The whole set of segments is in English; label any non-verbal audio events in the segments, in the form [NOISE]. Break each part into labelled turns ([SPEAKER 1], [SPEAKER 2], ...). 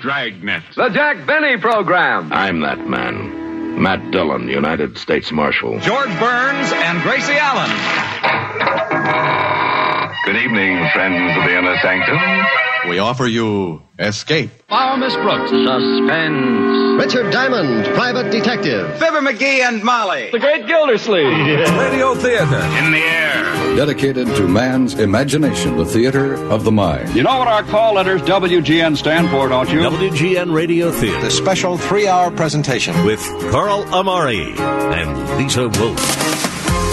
[SPEAKER 1] Dragnet.
[SPEAKER 2] The Jack Benny Program.
[SPEAKER 3] I'm that man. Matt Dillon, United States Marshal.
[SPEAKER 4] George Burns and Gracie Allen.
[SPEAKER 5] Good evening, friends of the inner sanctum.
[SPEAKER 6] We offer you Escape.
[SPEAKER 7] Our Miss Brooks.
[SPEAKER 8] Suspense. Richard Diamond, Private Detective.
[SPEAKER 4] Fibber McGee and Molly.
[SPEAKER 9] The Great Gildersleeve.
[SPEAKER 10] Radio Theater.
[SPEAKER 1] In the air.
[SPEAKER 11] Dedicated to man's imagination, the theater of the mind.
[SPEAKER 12] You know what our call letters WGN stand for, don't you?
[SPEAKER 13] WGN Radio Theater.
[SPEAKER 14] The special three-hour presentation
[SPEAKER 13] with Carl Amari and Lisa Wolf.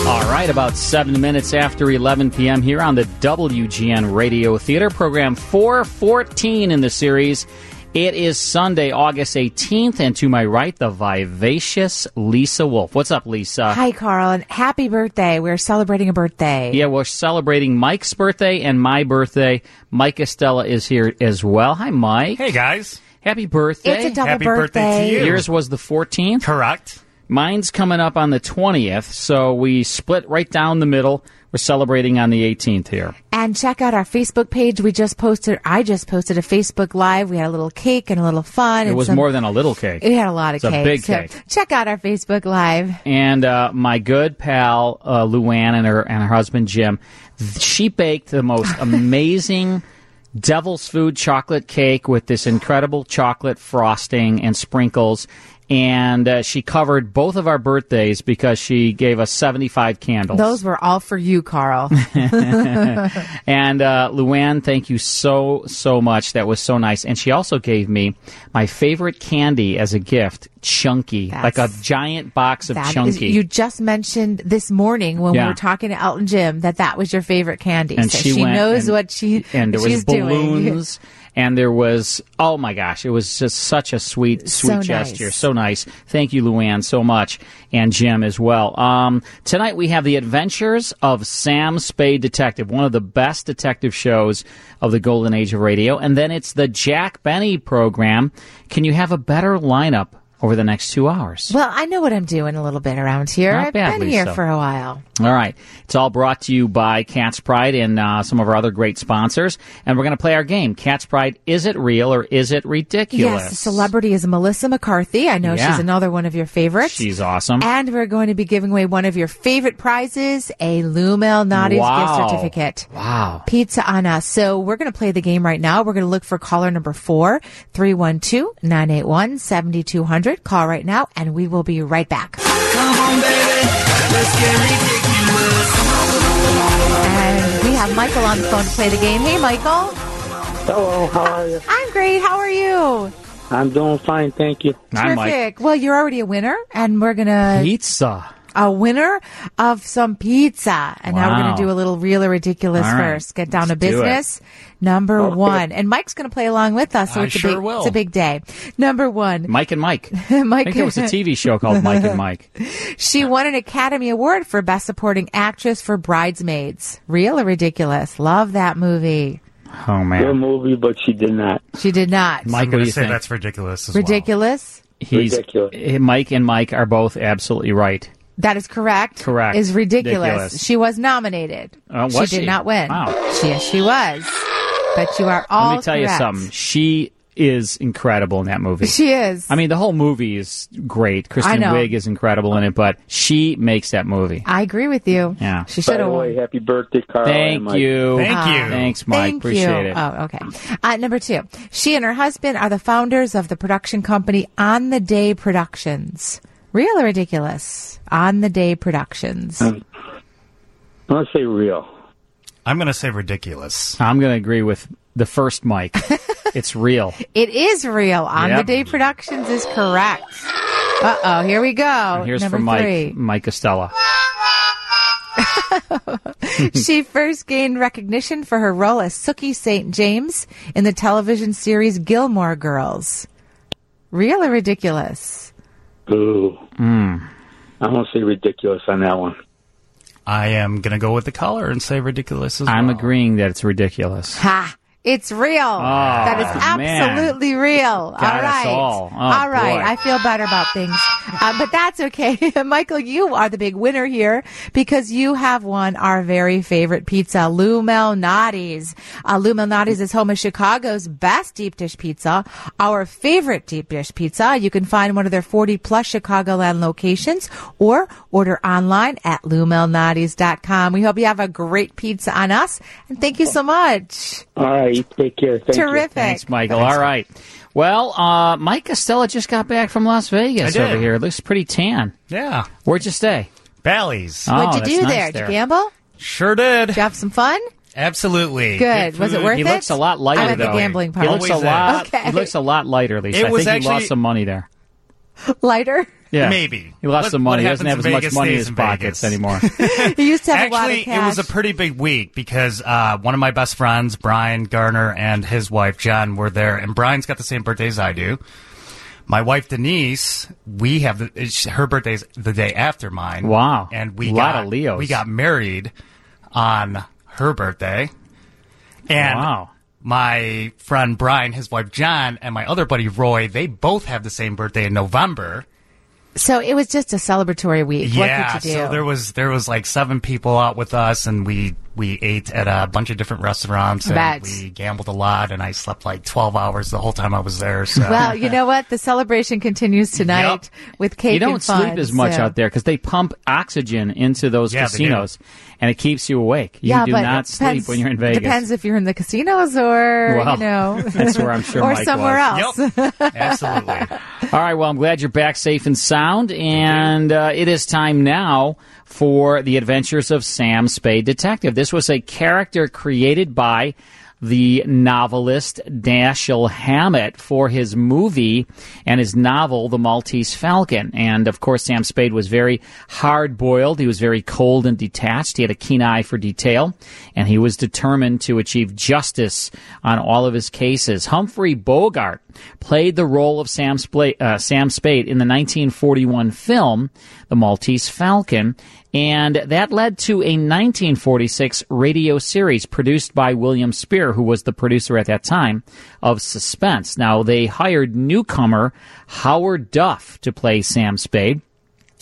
[SPEAKER 15] All right, about seven minutes after 11 p.m. here on the WGN Radio Theater program 414 in the series. It is Sunday, August 18th, and to my right, the vivacious Lisa Wolf. What's up, Lisa?
[SPEAKER 16] Hi, Carl, and happy birthday. We're celebrating a birthday.
[SPEAKER 15] Yeah, we're celebrating Mike's birthday and my birthday. Mike Estella is here as well. Hi, Mike.
[SPEAKER 17] Hey, guys.
[SPEAKER 15] Happy birthday.
[SPEAKER 16] It's a double
[SPEAKER 17] happy
[SPEAKER 16] birthday.
[SPEAKER 17] birthday to you.
[SPEAKER 15] Yours was the 14th?
[SPEAKER 17] Correct.
[SPEAKER 15] Mine's coming up on the 20th, so we split right down the middle. We're celebrating on the 18th here.
[SPEAKER 16] And check out our Facebook page. We just posted, I just posted a Facebook Live. We had a little cake and a little fun.
[SPEAKER 15] It was
[SPEAKER 16] some,
[SPEAKER 15] more than a little cake.
[SPEAKER 16] We had a lot of
[SPEAKER 15] it's
[SPEAKER 16] cake.
[SPEAKER 15] A big cake.
[SPEAKER 16] So check out our Facebook Live.
[SPEAKER 15] And uh, my good pal, uh, Luann, and her, and her husband, Jim, she baked the
[SPEAKER 16] [LAUGHS]
[SPEAKER 15] most amazing. Devil's Food chocolate cake with this incredible chocolate frosting and sprinkles and uh, she covered both of our birthdays because she gave us 75 candles.
[SPEAKER 16] Those were all for
[SPEAKER 15] [LAUGHS]
[SPEAKER 16] you, Carl.
[SPEAKER 15] and uh, Luann, thank you so, so much. That was so nice. And she also gave me my favorite candy as a gift, Chunky, like
[SPEAKER 16] That's-
[SPEAKER 15] a giant box of
[SPEAKER 16] That is-
[SPEAKER 15] Chunky.
[SPEAKER 16] you just mentioned this morning when
[SPEAKER 15] Yeah.
[SPEAKER 16] we were talking to Elton Jim that that was your favorite candy.
[SPEAKER 15] and
[SPEAKER 16] so
[SPEAKER 15] she,
[SPEAKER 16] she
[SPEAKER 15] went
[SPEAKER 16] knows
[SPEAKER 15] and-
[SPEAKER 16] what she
[SPEAKER 15] and there
[SPEAKER 16] what she's
[SPEAKER 15] was balloons and there was oh my gosh it was just such a sweet
[SPEAKER 16] So
[SPEAKER 15] sweet
[SPEAKER 16] nice.
[SPEAKER 15] gesture so nice thank you luann so much and jim as well um, tonight we have the adventures of sam spade detective one of the best detective shows of the golden age of radio and then it's the jack benny program can you have a better lineup over the next two hours
[SPEAKER 16] doing. Well, I know what I'm doing a little bit around here.
[SPEAKER 15] Not
[SPEAKER 16] I've
[SPEAKER 15] bad,
[SPEAKER 16] been here
[SPEAKER 15] Lisa.
[SPEAKER 16] for a while.
[SPEAKER 15] all right. It's all brought to you by Cat's Pride and uh, some of our other great sponsors. And we're going to play our game. Cat's Pride, is it real or is it ridiculous?
[SPEAKER 16] Yes, the celebrity is Melissa McCarthy. I know
[SPEAKER 15] Yeah.
[SPEAKER 16] she's another one of your favorites.
[SPEAKER 15] She's awesome.
[SPEAKER 16] and we're going to be giving away one of your favorite prizes, a Lumel Nadia's
[SPEAKER 15] Wow.
[SPEAKER 16] gift certificate.
[SPEAKER 15] Wow.
[SPEAKER 16] Pizza on us. So we're going to play the game right now. We're going to look for caller number four, 312-981-7200. Call right now and we will be right back. And we have Michael on the phone to play the game. Hey, Michael.
[SPEAKER 18] Hello, how are you?
[SPEAKER 16] I'm great. How are you?
[SPEAKER 18] I'm doing fine, thank you.
[SPEAKER 15] I'm like,
[SPEAKER 16] Terrific. Well, you're already a winner and we're going to
[SPEAKER 15] pizza.
[SPEAKER 16] a winner of some pizza. And now we're
[SPEAKER 15] Wow.
[SPEAKER 16] going to do a little real or ridiculous
[SPEAKER 15] All right.
[SPEAKER 16] first. Get down to
[SPEAKER 15] Let's do it. Oh,
[SPEAKER 16] business. Number one. And Mike's going to play along with us. So
[SPEAKER 17] I
[SPEAKER 16] it's,
[SPEAKER 17] sure
[SPEAKER 16] a big,
[SPEAKER 17] will.
[SPEAKER 16] it's a big day. Number one.
[SPEAKER 15] Mike and Mike. I
[SPEAKER 16] [LAUGHS] Mike,
[SPEAKER 15] think there was a TV show
[SPEAKER 16] [LAUGHS]
[SPEAKER 15] called Mike and Mike. [LAUGHS]
[SPEAKER 16] she won an Academy Award for Best Supporting Actress for Bridesmaids. Real or ridiculous? Love that movie.
[SPEAKER 15] Oh,
[SPEAKER 18] Good
[SPEAKER 15] man.
[SPEAKER 18] movie, but she did not.
[SPEAKER 16] She did
[SPEAKER 15] Mike,
[SPEAKER 16] not.
[SPEAKER 17] I'm
[SPEAKER 15] what
[SPEAKER 17] going
[SPEAKER 15] do
[SPEAKER 17] to
[SPEAKER 15] you
[SPEAKER 17] say
[SPEAKER 15] think?
[SPEAKER 17] that's ridiculous. As
[SPEAKER 16] ridiculous.
[SPEAKER 15] He's,
[SPEAKER 18] Ridiculous.
[SPEAKER 15] eh, Mike and Mike are both absolutely right.
[SPEAKER 16] That is correct.
[SPEAKER 15] Correct.
[SPEAKER 16] Is ridiculous.
[SPEAKER 15] Ridiculous.
[SPEAKER 16] She was nominated.
[SPEAKER 15] Uh, was
[SPEAKER 16] she did
[SPEAKER 15] she?
[SPEAKER 16] not win.
[SPEAKER 15] Wow.
[SPEAKER 16] She, yes, she was. But you are all
[SPEAKER 15] Let me tell you
[SPEAKER 16] correct.
[SPEAKER 15] something. She is incredible in that movie.
[SPEAKER 16] She is.
[SPEAKER 15] I mean, the whole movie is great. Kristen
[SPEAKER 16] know.
[SPEAKER 15] Wiig is incredible in it, but she makes that movie.
[SPEAKER 16] I agree with you.
[SPEAKER 15] Yeah.
[SPEAKER 16] She
[SPEAKER 18] By
[SPEAKER 16] should
[SPEAKER 18] the
[SPEAKER 16] have
[SPEAKER 18] way,
[SPEAKER 16] won.
[SPEAKER 18] happy birthday, Carl. and
[SPEAKER 15] Thank
[SPEAKER 18] Mike.
[SPEAKER 15] you.
[SPEAKER 17] well. Thank
[SPEAKER 16] Ah.
[SPEAKER 17] you.
[SPEAKER 15] Thanks, Mike.
[SPEAKER 16] Thank
[SPEAKER 15] Appreciate
[SPEAKER 16] you.
[SPEAKER 15] it.
[SPEAKER 16] Oh, okay. Uh, number two, she and her husband are the founders of the production company On the Day Productions. Real or ridiculous? On the Day Productions.
[SPEAKER 18] Let's say real.
[SPEAKER 17] I'm going to say ridiculous.
[SPEAKER 15] I'm going to agree with the first
[SPEAKER 16] [LAUGHS]
[SPEAKER 15] Mike. it's real.
[SPEAKER 16] It is real. On the
[SPEAKER 15] Yep.
[SPEAKER 16] Day Productions is correct. Uh oh, here we go.
[SPEAKER 15] And here's
[SPEAKER 16] number
[SPEAKER 15] from Mike,
[SPEAKER 16] three.
[SPEAKER 15] [LAUGHS] Mike Estella.
[SPEAKER 16] she first gained recognition for her role as Sookie St. James in the television series Gilmore Girls. Real or ridiculous?
[SPEAKER 18] Ooh.
[SPEAKER 15] Hmm.
[SPEAKER 18] I won't say ridiculous on that one.
[SPEAKER 17] I am going to go with the color and say ridiculous as
[SPEAKER 15] I'm
[SPEAKER 17] well.
[SPEAKER 15] agreeing that it's ridiculous.
[SPEAKER 16] Ha! It's real. that is
[SPEAKER 15] Ah. man.
[SPEAKER 16] absolutely real.
[SPEAKER 15] Got
[SPEAKER 16] all
[SPEAKER 15] us
[SPEAKER 16] right.
[SPEAKER 15] all. Oh,
[SPEAKER 16] all right.
[SPEAKER 15] boy.
[SPEAKER 16] I feel better about things. Uh, but that's okay. [LAUGHS] Michael, you are the big winner here because you have won our very favorite pizza, Lou Malnati's. Uh, Lou Malnati's is home of Chicago's best deep dish pizza, our favorite deep dish pizza. You can find one of their 40 plus Chicagoland locations or order online at loumalnati's.com. We hope you have a great pizza on us and thank you so much.
[SPEAKER 18] All right, you take care. Thank you.
[SPEAKER 16] Terrific.
[SPEAKER 15] Thanks, Michael. All right. Well, uh, Mike Costello just got back from Las Vegas
[SPEAKER 17] I did.
[SPEAKER 15] over here. It looks pretty tan.
[SPEAKER 17] Yeah.
[SPEAKER 15] Where'd you stay?
[SPEAKER 17] Bally's.
[SPEAKER 15] Oh,
[SPEAKER 16] What'd you
[SPEAKER 15] that's
[SPEAKER 16] do
[SPEAKER 15] nice
[SPEAKER 16] there? Did you gamble?
[SPEAKER 17] Sure did. Did
[SPEAKER 16] you have some fun? [LAUGHS]
[SPEAKER 17] Absolutely.
[SPEAKER 16] Good. Was it
[SPEAKER 17] food.
[SPEAKER 16] worth
[SPEAKER 15] He looks a lot lighter
[SPEAKER 16] I'm at the
[SPEAKER 15] though.
[SPEAKER 16] gambling part.
[SPEAKER 15] He looks a
[SPEAKER 17] Always is.
[SPEAKER 15] lot.
[SPEAKER 16] Okay.
[SPEAKER 15] He looks a lot lighter, Lisa.
[SPEAKER 17] It
[SPEAKER 15] I
[SPEAKER 17] was
[SPEAKER 15] think he
[SPEAKER 17] actually-
[SPEAKER 15] lost some money there.
[SPEAKER 16] Lighter?
[SPEAKER 15] Yeah,
[SPEAKER 17] Maybe.
[SPEAKER 15] he lost
[SPEAKER 17] What-
[SPEAKER 15] some
[SPEAKER 17] what
[SPEAKER 15] money. He doesn't have
[SPEAKER 17] happens
[SPEAKER 15] as
[SPEAKER 17] in
[SPEAKER 15] much
[SPEAKER 17] Vegas
[SPEAKER 15] money in
[SPEAKER 17] stays
[SPEAKER 15] his
[SPEAKER 17] in
[SPEAKER 15] pockets
[SPEAKER 17] Vegas. [LAUGHS]
[SPEAKER 15] anymore.
[SPEAKER 16] He used to have a lot of
[SPEAKER 17] Actually,
[SPEAKER 16] cash.
[SPEAKER 17] it was a pretty big week because uh, one of my best friends, Brian Garner, and his wife John were there, and Brian's got the same birthday as I do. My wife Denise, we have the, it's, her birthday's the day after mine.
[SPEAKER 15] Wow.
[SPEAKER 17] and we
[SPEAKER 15] Lot
[SPEAKER 17] got
[SPEAKER 15] of Leos.
[SPEAKER 17] We got married on her birthday, and
[SPEAKER 15] Wow.
[SPEAKER 17] my friend Brian, his wife John, and my other buddy Roy, they both have the same birthday in November.
[SPEAKER 16] so it was just a celebratory week.
[SPEAKER 17] Yeah,
[SPEAKER 16] what could you do?
[SPEAKER 17] so
[SPEAKER 15] [LAUGHS]
[SPEAKER 17] there was there was like seven people out with us, and we we ate at a bunch of different restaurants. And
[SPEAKER 16] Bet.
[SPEAKER 17] We gambled a lot, and I slept like twelve hours the whole time I was there. So [LAUGHS]
[SPEAKER 16] well, you know what? The celebration continues tonight with cake
[SPEAKER 15] you don't
[SPEAKER 16] and fun.
[SPEAKER 15] sleep as much
[SPEAKER 16] so-
[SPEAKER 15] out there because they pump oxygen into those
[SPEAKER 17] Yeah, they do.
[SPEAKER 15] casinos, and it keeps you awake. You
[SPEAKER 16] yeah,
[SPEAKER 15] do
[SPEAKER 16] but
[SPEAKER 15] not
[SPEAKER 16] it depends,
[SPEAKER 15] sleep when you're in Vegas.
[SPEAKER 16] Depends if you're in the casinos or
[SPEAKER 15] Well,
[SPEAKER 16] you
[SPEAKER 15] [LAUGHS]
[SPEAKER 16] know,
[SPEAKER 15] that's where I'm sure
[SPEAKER 16] [LAUGHS] or
[SPEAKER 15] Mike
[SPEAKER 16] somewhere
[SPEAKER 15] was.
[SPEAKER 16] else.
[SPEAKER 15] All right. Well, I'm glad you're back safe and sound. And uh, it is time now for the adventures of Sam Spade Detective. This was a character created by the novelist Dashiell Hammett for his movie and his novel, The Maltese Falcon. And of course, Sam Spade was very hard boiled. He was very cold and detached. He had a keen eye for detail and he was determined to achieve justice on all of his cases. Humphrey Bogart played the role of Sam, Spla- uh, Sam Spade in the 1941 film, The Maltese Falcon, and that led to a 1946 radio series produced by William Spear, who was the producer at that time of Suspense. Now, they hired newcomer Howard Duff to play Sam Spade.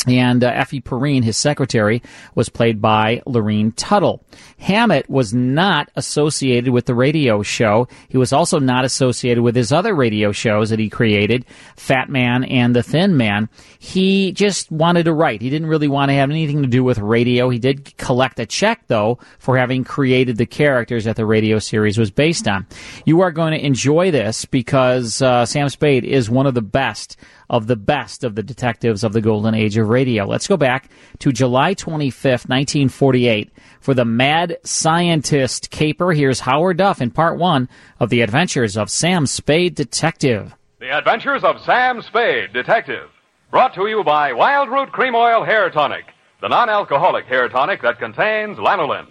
[SPEAKER 15] And uh, Effie Perrine, his secretary, was played by Lorene Tuttle. Hammett was not associated with the radio show. He was also not associated with his other radio shows that he created, Fat Man and The Thin Man. He just wanted to write. He didn't really want to have anything to do with radio. He did collect a check, though, for having created the characters that the radio series was based on. You are going to enjoy this because uh, Sam Spade is one of the best of the best of the detectives of the golden age of radio. Let's go back to July 25th, 1948 for the mad scientist caper. Here's Howard Duff in part one of the adventures of Sam Spade Detective.
[SPEAKER 2] The Adventures of Sam Spade, Detective. Brought to you by Wild Root Cream Oil Hair Tonic, the non alcoholic hair tonic that contains lanolin.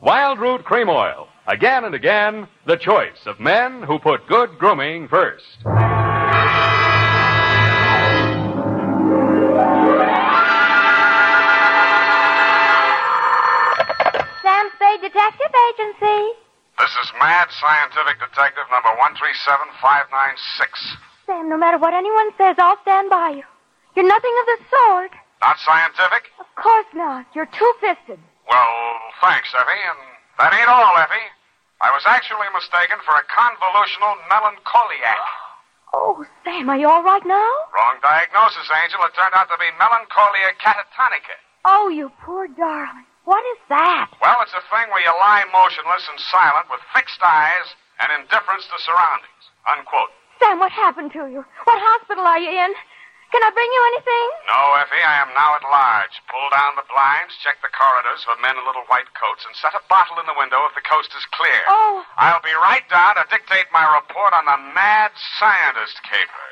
[SPEAKER 2] Wild Root Cream Oil, again and again, the choice of men who put good grooming first.
[SPEAKER 1] Sam Spade Detective Agency.
[SPEAKER 5] This is Mad Scientific Detective number 137596.
[SPEAKER 1] Sam, no matter what anyone says, I'll stand by you. You're nothing of the sort.
[SPEAKER 5] Not scientific?
[SPEAKER 1] Of course not. You're two fisted.
[SPEAKER 5] Well, thanks, Effie, and that ain't all, Effie. I was actually mistaken for a convolutional melancholiac.
[SPEAKER 1] Oh, Sam, are you all right now?
[SPEAKER 5] Wrong diagnosis, Angel. It turned out to be melancholia catatonica.
[SPEAKER 1] Oh, you poor darling. What is that?
[SPEAKER 5] Well, it's a thing where you lie motionless and silent with fixed eyes and indifference to surroundings. Unquote.
[SPEAKER 1] Sam, what happened to you? What hospital are you in? Can I bring you anything?
[SPEAKER 5] No, Effie, I am now at large. Pull down the blinds, check the corridors for men in little white coats, and set a bottle in the window if the coast is clear.
[SPEAKER 1] Oh.
[SPEAKER 5] I'll be right down to dictate my report on the mad scientist caper.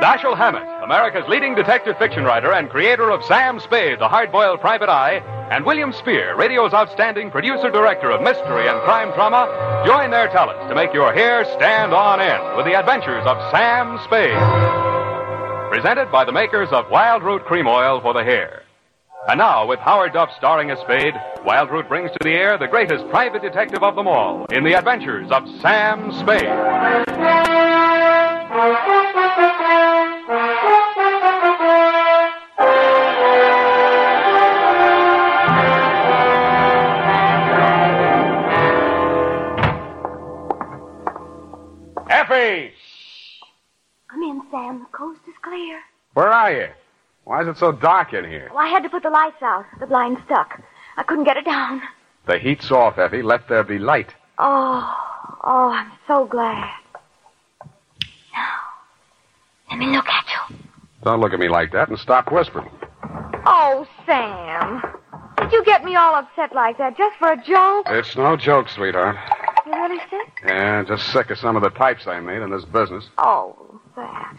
[SPEAKER 2] Dashiell Hammett, America's leading detective fiction writer and creator of Sam Spade, The Hardboiled Private Eye, and William Spear, radio's outstanding producer director of mystery and crime drama, join their talents to make your hair stand on end with the adventures of Sam Spade. Presented by the makers of Wild Root Cream Oil for the hair. And now, with Howard Duff starring as Spade, Wildroot brings to the air the greatest private detective of them all in the adventures of Sam Spade.
[SPEAKER 5] Effie!
[SPEAKER 1] Come in, Sam. The coast is clear.
[SPEAKER 5] Where are you? Why is it so dark in here?
[SPEAKER 1] Well, I had to put the lights out. The blind stuck. I couldn't get it down.
[SPEAKER 5] The heat's off, Effie. Let there be light.
[SPEAKER 1] Oh, oh, I'm so glad. Now, let me look at you.
[SPEAKER 5] Don't look at me like that and stop whispering.
[SPEAKER 1] Oh, Sam. Did you get me all upset like that just for a joke?
[SPEAKER 5] It's no joke, sweetheart.
[SPEAKER 1] You really sick?
[SPEAKER 5] Yeah, just sick of some of the types I meet in this business.
[SPEAKER 1] Oh, that.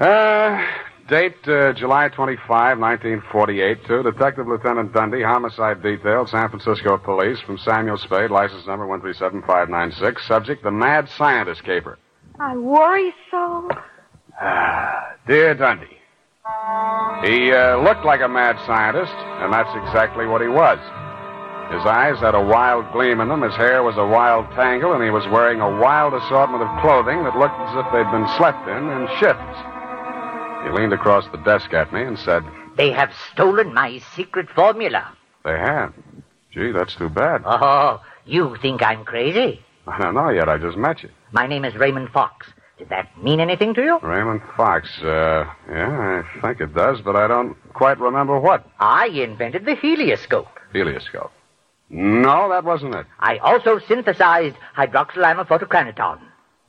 [SPEAKER 5] Uh, date uh, July 25, 1948, to Detective Lieutenant Dundee, Homicide Detail, San Francisco Police, from Samuel Spade, license number 137596, subject, the Mad Scientist Caper.
[SPEAKER 1] I worry so.
[SPEAKER 5] Ah, Dear Dundee, he uh, looked like a mad scientist, and that's exactly what he was. His eyes had a wild gleam in them, his hair was a wild tangle, and he was wearing a wild assortment of clothing that looked as if they'd been slept in in shifts. He leaned across the desk at me and said,
[SPEAKER 7] They have stolen my secret formula.
[SPEAKER 5] They have. Gee, that's too bad.
[SPEAKER 7] Oh, you think I'm crazy?
[SPEAKER 5] I don't know yet. I just met you.
[SPEAKER 7] My name is Raymond Fox. Did that mean anything to you?
[SPEAKER 5] Raymond Fox. Uh, yeah, I think it does, but I don't quite remember what.
[SPEAKER 7] I invented the helioscope.
[SPEAKER 5] Helioscope. No, that wasn't it.
[SPEAKER 7] I also synthesized hydroxylamophotochronaton.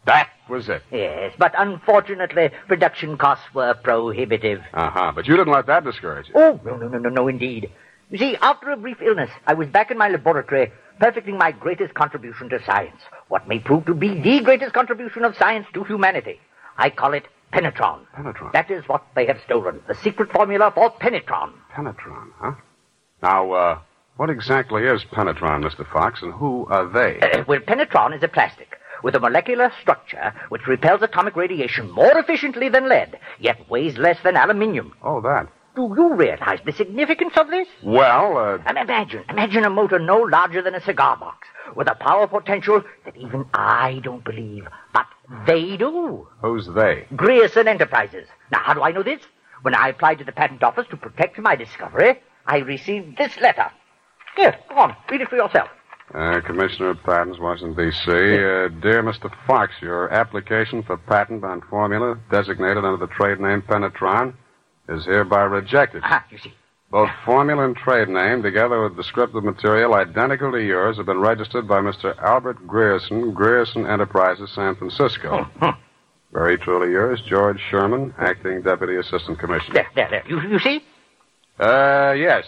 [SPEAKER 5] That was it.
[SPEAKER 7] Yes, but unfortunately, production costs were prohibitive.
[SPEAKER 5] Uh huh. But you didn't let that discourage you.
[SPEAKER 7] Oh, no, no, no, no, no, indeed. You see, after a brief illness, I was back in my laboratory, perfecting my greatest contribution to science, what may prove to be the greatest contribution of science to humanity. I call it Penetron.
[SPEAKER 5] Penetron.
[SPEAKER 7] That is what they have stolen, the secret formula for Penetron.
[SPEAKER 5] Penetron, huh? Now, uh, what exactly is Penetron, Mr. Fox, and who are they?
[SPEAKER 7] Uh, well, Penetron is a plastic with a molecular structure which repels atomic radiation more efficiently than lead, yet weighs less than aluminium.
[SPEAKER 5] Oh, that.
[SPEAKER 7] Do you realize the significance of this?
[SPEAKER 5] Well, uh,
[SPEAKER 7] And imagine, imagine a motor no larger than a cigar box, with a power potential that even I don't believe, but they do.
[SPEAKER 5] who's they?
[SPEAKER 7] Grierson Enterprises. Now, how do I know this? When I applied to the patent office to protect my discovery, I received this letter. Here, go on, read it for yourself.
[SPEAKER 5] Uh, Commissioner of Patents, Washington, D.C. Uh, dear Mr. Fox, your application for patent on formula designated under the trade name Penetron is hereby rejected.
[SPEAKER 7] Ah, you see.
[SPEAKER 5] Both formula and trade name, together with descriptive material identical to yours, have been registered by Mr. Albert Grierson, Grierson Enterprises, San
[SPEAKER 7] Oh,
[SPEAKER 5] Francisco. Very truly yours, George Sherman, Acting Deputy Assistant Commissioner.
[SPEAKER 7] There, there, there. You, you see?
[SPEAKER 5] Uh, yes.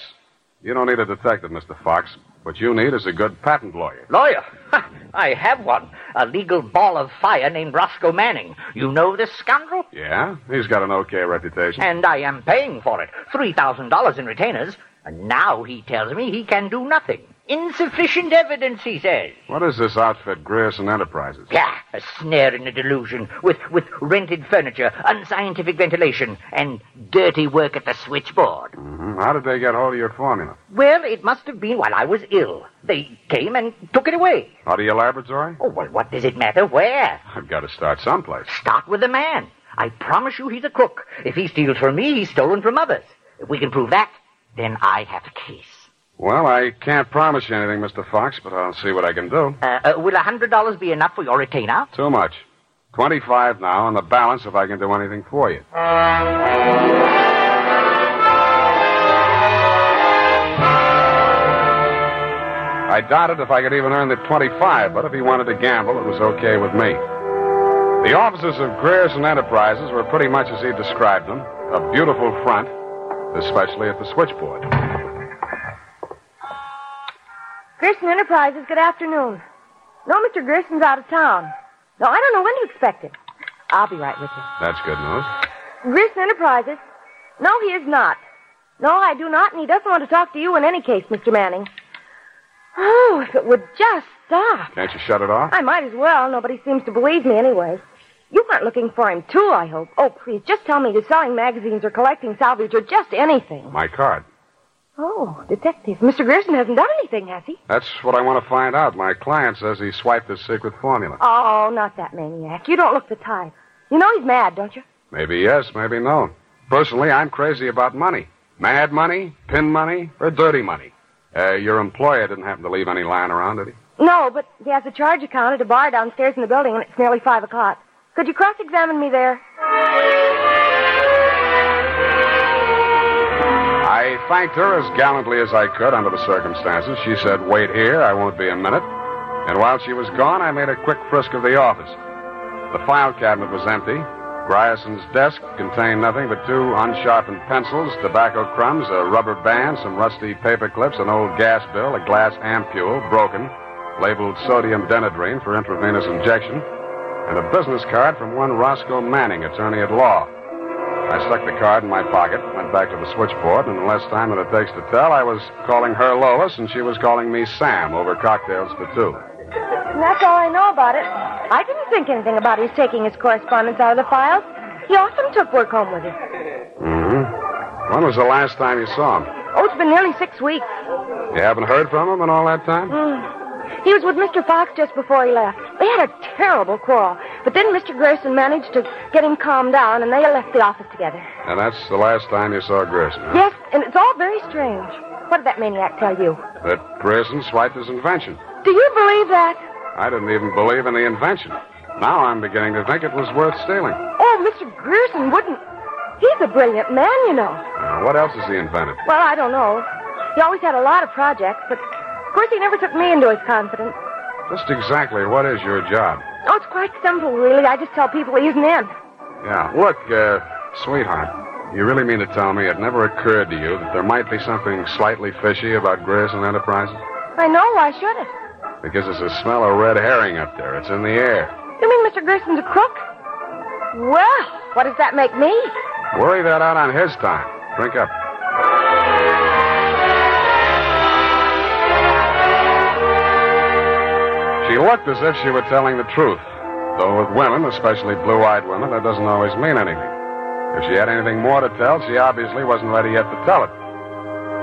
[SPEAKER 5] You don't need a detective, Mr. Fox. What you need is a good patent lawyer.
[SPEAKER 7] Lawyer? Ha, I have one. A legal ball of fire named Roscoe Manning. You know this scoundrel?
[SPEAKER 5] Yeah? He's got an okay reputation.
[SPEAKER 7] And I am paying for it. $3,000 in retainers. And now he tells me he can do nothing. Insufficient evidence, he says.
[SPEAKER 5] What is this outfit, Grierson Enterprises?
[SPEAKER 7] Yeah, a snare and a delusion, with, with rented furniture, unscientific ventilation, and dirty work at the switchboard.
[SPEAKER 5] hmm How did they get hold of your formula?
[SPEAKER 7] Well, it must have been while I was ill. They came and took it away.
[SPEAKER 5] Out of your laboratory?
[SPEAKER 7] Oh, well, what does it matter where?
[SPEAKER 5] I've got to start someplace.
[SPEAKER 7] Start with the man. I promise you he's a crook. If he steals from me, he's stolen from others. If we can prove that, then I have a case.
[SPEAKER 5] Well, I can't promise you anything, Mr. Fox, but I'll see what I can do.
[SPEAKER 7] Uh, uh, will a hundred dollars be enough for your retainer?
[SPEAKER 5] Too much. Twenty-five now, and the balance if I can do anything for you. I doubted if I could even earn the twenty-five, but if he wanted to gamble, it was okay with me. The offices of Grierson Enterprises were pretty much as he described them, a beautiful front, especially at the switchboard.
[SPEAKER 9] Gerson Enterprises, good afternoon. No, Mr. Gerson's out of town. No, I don't know when to expect him. I'll be right with
[SPEAKER 5] That's good news.
[SPEAKER 9] you. Gerson Enterprises? No, he is not. No, I do not, and he doesn't want to talk to you in any case, Mr. Manning. Oh, if it would just stop.
[SPEAKER 5] Can't you shut it off?
[SPEAKER 9] I might as well. Nobody seems to believe me anyway. You weren't looking for him, too, I hope. Oh, please, just tell me you're selling magazines or collecting salvage or just anything.
[SPEAKER 5] My card.
[SPEAKER 9] Oh, detective. Mr. Grierson hasn't done anything, has he?
[SPEAKER 5] That's what I want to find out. My client says he swiped his secret formula.
[SPEAKER 9] Oh, not that maniac. You don't look the type. You know he's mad, don't you?
[SPEAKER 5] Maybe yes, maybe no. Personally, I'm crazy about money. Mad money, pin money, or dirty money. Uh, your employer didn't happen to leave any lying around, did he?
[SPEAKER 9] No, but he has a charge account at a bar downstairs in the building, and it's nearly five o'clock. Could you cross-examine me there?
[SPEAKER 5] I thanked her as gallantly as I could under the circumstances. She said, Wait here, I won't be a minute. And while she was gone, I made a quick frisk of the office. The file cabinet was empty. Grierson's desk contained nothing but two unsharpened pencils, tobacco crumbs, a rubber band, some rusty paper clips, an old gas bill, a glass ampule, broken, labeled sodium denadrine for intravenous injection, and a business card from one Roscoe Manning, attorney at law. I stuck the card in my pocket, went back to the switchboard, and in less time than it takes to tell, I was calling her Lois and she was calling me Sam over cocktails for two.
[SPEAKER 9] And that's all I know about it. I didn't think anything about his taking his correspondence out of the files. He often took work home with him.
[SPEAKER 5] Mm-hmm. When was the last time you saw him?
[SPEAKER 9] Oh, it's been nearly six weeks.
[SPEAKER 5] You haven't heard from him in all that time?
[SPEAKER 9] Mm. He was with Mr. Fox just before he left. They had a terrible quarrel, but then Mr. Grayson managed to get him calmed down, and they left the office together.
[SPEAKER 5] And that's the last time you saw Grayson. huh?
[SPEAKER 9] Yes, and it's all very strange. What did that maniac tell you?
[SPEAKER 5] That Grayson swiped his invention.
[SPEAKER 9] Do you believe that?
[SPEAKER 5] I didn't even believe in the invention. Now I'm beginning to think it was worth stealing.
[SPEAKER 9] Oh, Mr. Grierson wouldn't. He's a brilliant man, you know.
[SPEAKER 5] Uh, what else has he invented?
[SPEAKER 9] Well, I don't know. He always had a lot of projects, but of course he never took me into his confidence.
[SPEAKER 5] Just exactly what is your job?
[SPEAKER 9] Oh, it's quite simple, really. I just tell people he isn't in.
[SPEAKER 5] Yeah, look, uh, sweetheart, you really mean to tell me it never occurred to you that there might be something slightly fishy about Grierson Enterprises?
[SPEAKER 9] I know. Why should it?
[SPEAKER 5] Because it's a smell of red herring up there. It's in the air.
[SPEAKER 9] You mean Mr. Grierson's a crook? Well, what does that make me?
[SPEAKER 5] Worry that out on his time. Drink up. She looked as if she were telling the truth. Though with women, especially blue eyed women, that doesn't always mean anything. If she had anything more to tell, she obviously wasn't ready yet to tell it.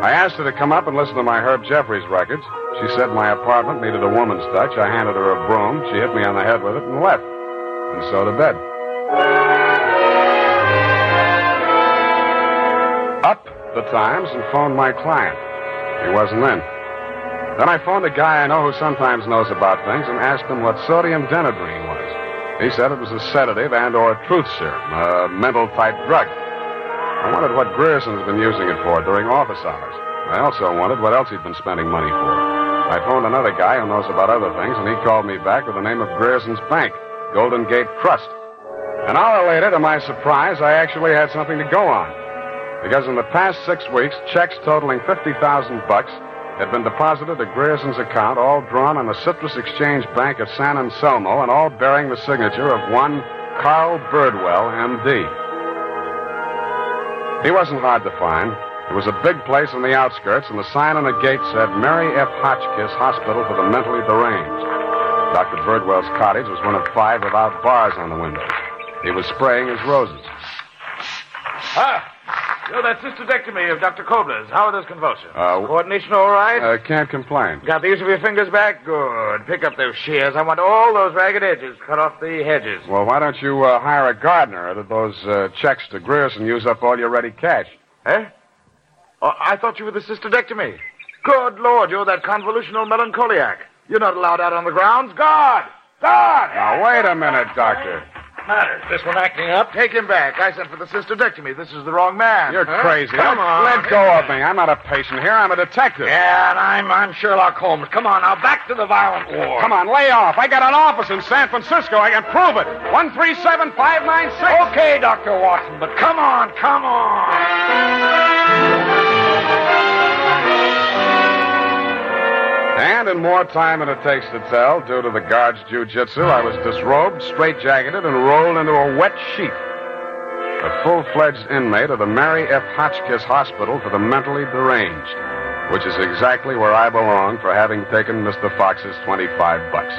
[SPEAKER 5] I asked her to come up and listen to my Herb Jeffries records. She said my apartment needed a woman's touch. I handed her a broom. She hit me on the head with it and left. And so to bed. Up the times and phoned my client. He wasn't in. Then I phoned a guy I know who sometimes knows about things and asked him what sodium denadrine was. He said it was a sedative and or a truth serum, a mental type drug. I wondered what Grierson's been using it for during office hours. I also wondered what else he'd been spending money for. I phoned another guy who knows about other things, and he called me back with the name of Grierson's bank, Golden Gate Trust. An hour later, to my surprise, I actually had something to go on. Because in the past six weeks, checks totaling 50000 bucks had been deposited to Grierson's account, all drawn on the Citrus Exchange Bank at San Anselmo, and all bearing the signature of one Carl Birdwell, M.D. He wasn't hard to find. It was a big place on the outskirts, and the sign on the gate said Mary F. Hotchkiss Hospital for the Mentally Deranged. Dr. Birdwell's cottage was one of five without bars on the windows. He was spraying his roses.
[SPEAKER 10] Ah! Yo, that cystodectomy of Dr. Kobler's. How are those convulsions?
[SPEAKER 5] Uh,
[SPEAKER 10] Coordination all right?
[SPEAKER 5] uh, can't complain.
[SPEAKER 10] Got the use of your fingers back? Good. Pick up those shears. I want all those ragged edges. Cut off the hedges.
[SPEAKER 5] Well, why don't you uh, hire a gardener out of those uh, checks to Grierson use up all your ready cash?
[SPEAKER 10] Eh? Oh, I thought you were the cystodectomy. Good Lord, you're that convolutional melancholiac. You're not allowed out on the grounds. Guard! Guard!
[SPEAKER 5] Now, wait a minute, Doctor.
[SPEAKER 10] Matters. This one acting up. Take him back. I sent for the cystodectomy. This is the wrong man.
[SPEAKER 5] You're
[SPEAKER 10] Huh?
[SPEAKER 5] crazy.
[SPEAKER 10] Uh-huh. Come
[SPEAKER 5] let,
[SPEAKER 10] on.
[SPEAKER 5] Let go of me. I'm not a patient here. I'm a detective.
[SPEAKER 10] Yeah, and I'm I'm Sherlock Holmes. Come on now, back to the violent war.
[SPEAKER 5] Come on, lay off. I got an office in San Francisco. I can prove it. 137596.
[SPEAKER 10] Okay, Dr. Watson, but come on, come on.
[SPEAKER 5] And in more time than it takes to tell, due to the guard's jujitsu, I was disrobed, straitjacketed, and rolled into a wet sheet. A full fledged inmate of the Mary F. Hotchkiss Hospital for the Mentally Deranged, which is exactly where I belong for having taken Mr. Fox's 25 bucks.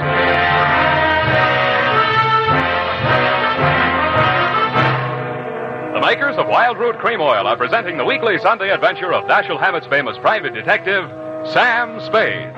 [SPEAKER 2] The makers of Wild Root Cream Oil are presenting the weekly Sunday adventure of Dashiell Hammett's famous private detective, Sam Spade.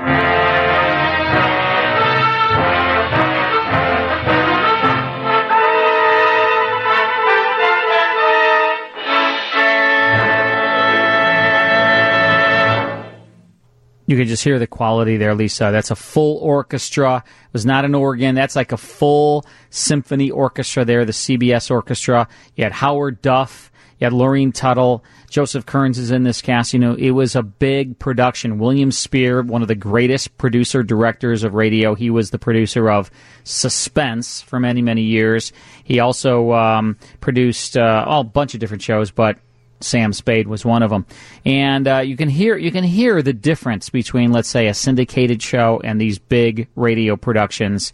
[SPEAKER 15] You can just hear the quality there, Lisa. That's a full orchestra. It was not an organ. That's like a full symphony orchestra there, the CBS orchestra. You had Howard Duff. You had Lorraine Tuttle. Joseph Kearns is in this cast. You know, it was a big production. William Spear, one of the greatest producer directors of radio. He was the producer of Suspense for many, many years. He also um, produced uh, oh, a bunch of different shows, but Sam Spade was one of them, and uh, you can hear you can hear the difference between, let's say, a syndicated show and these big radio productions.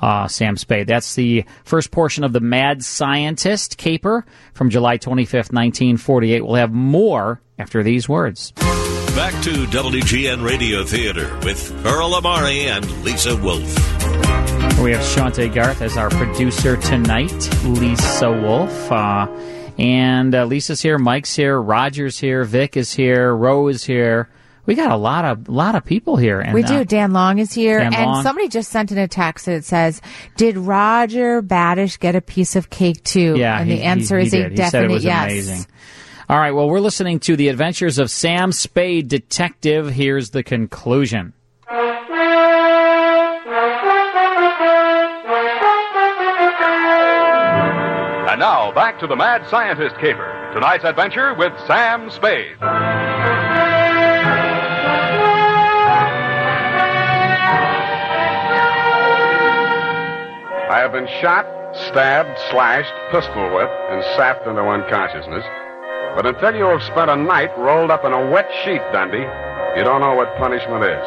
[SPEAKER 15] Uh, Sam Spade. That's the first portion of the Mad Scientist caper from July twenty fifth, nineteen forty eight. We'll have more after these words.
[SPEAKER 13] Back to WGN Radio Theater with Earl Amari and Lisa Wolf.
[SPEAKER 15] We have Shante Garth as our producer tonight, Lisa Wolf. Uh, and uh, Lisa's here, Mike's here, Roger's here, Vic is here, Roe is here. We got a lot of lot of people here. And,
[SPEAKER 16] we
[SPEAKER 15] uh,
[SPEAKER 16] do. Dan Long is here,
[SPEAKER 15] Dan
[SPEAKER 16] and
[SPEAKER 15] Long.
[SPEAKER 16] somebody just sent in a text that says, "Did Roger Badish get a piece of cake too?"
[SPEAKER 15] Yeah,
[SPEAKER 16] and
[SPEAKER 15] he-
[SPEAKER 16] the answer
[SPEAKER 15] he- he
[SPEAKER 16] is a
[SPEAKER 15] did.
[SPEAKER 16] definite
[SPEAKER 15] he said it was
[SPEAKER 16] yes.
[SPEAKER 15] amazing. All right, well, we're listening to the adventures of Sam Spade, detective. Here's the conclusion.
[SPEAKER 2] And now, back to the Mad Scientist Caper. Tonight's adventure with Sam Spade.
[SPEAKER 5] I have been shot, stabbed, slashed, pistol whipped, and sapped into unconsciousness. But until you have spent a night rolled up in a wet sheet, Dundee, you don't know what punishment is.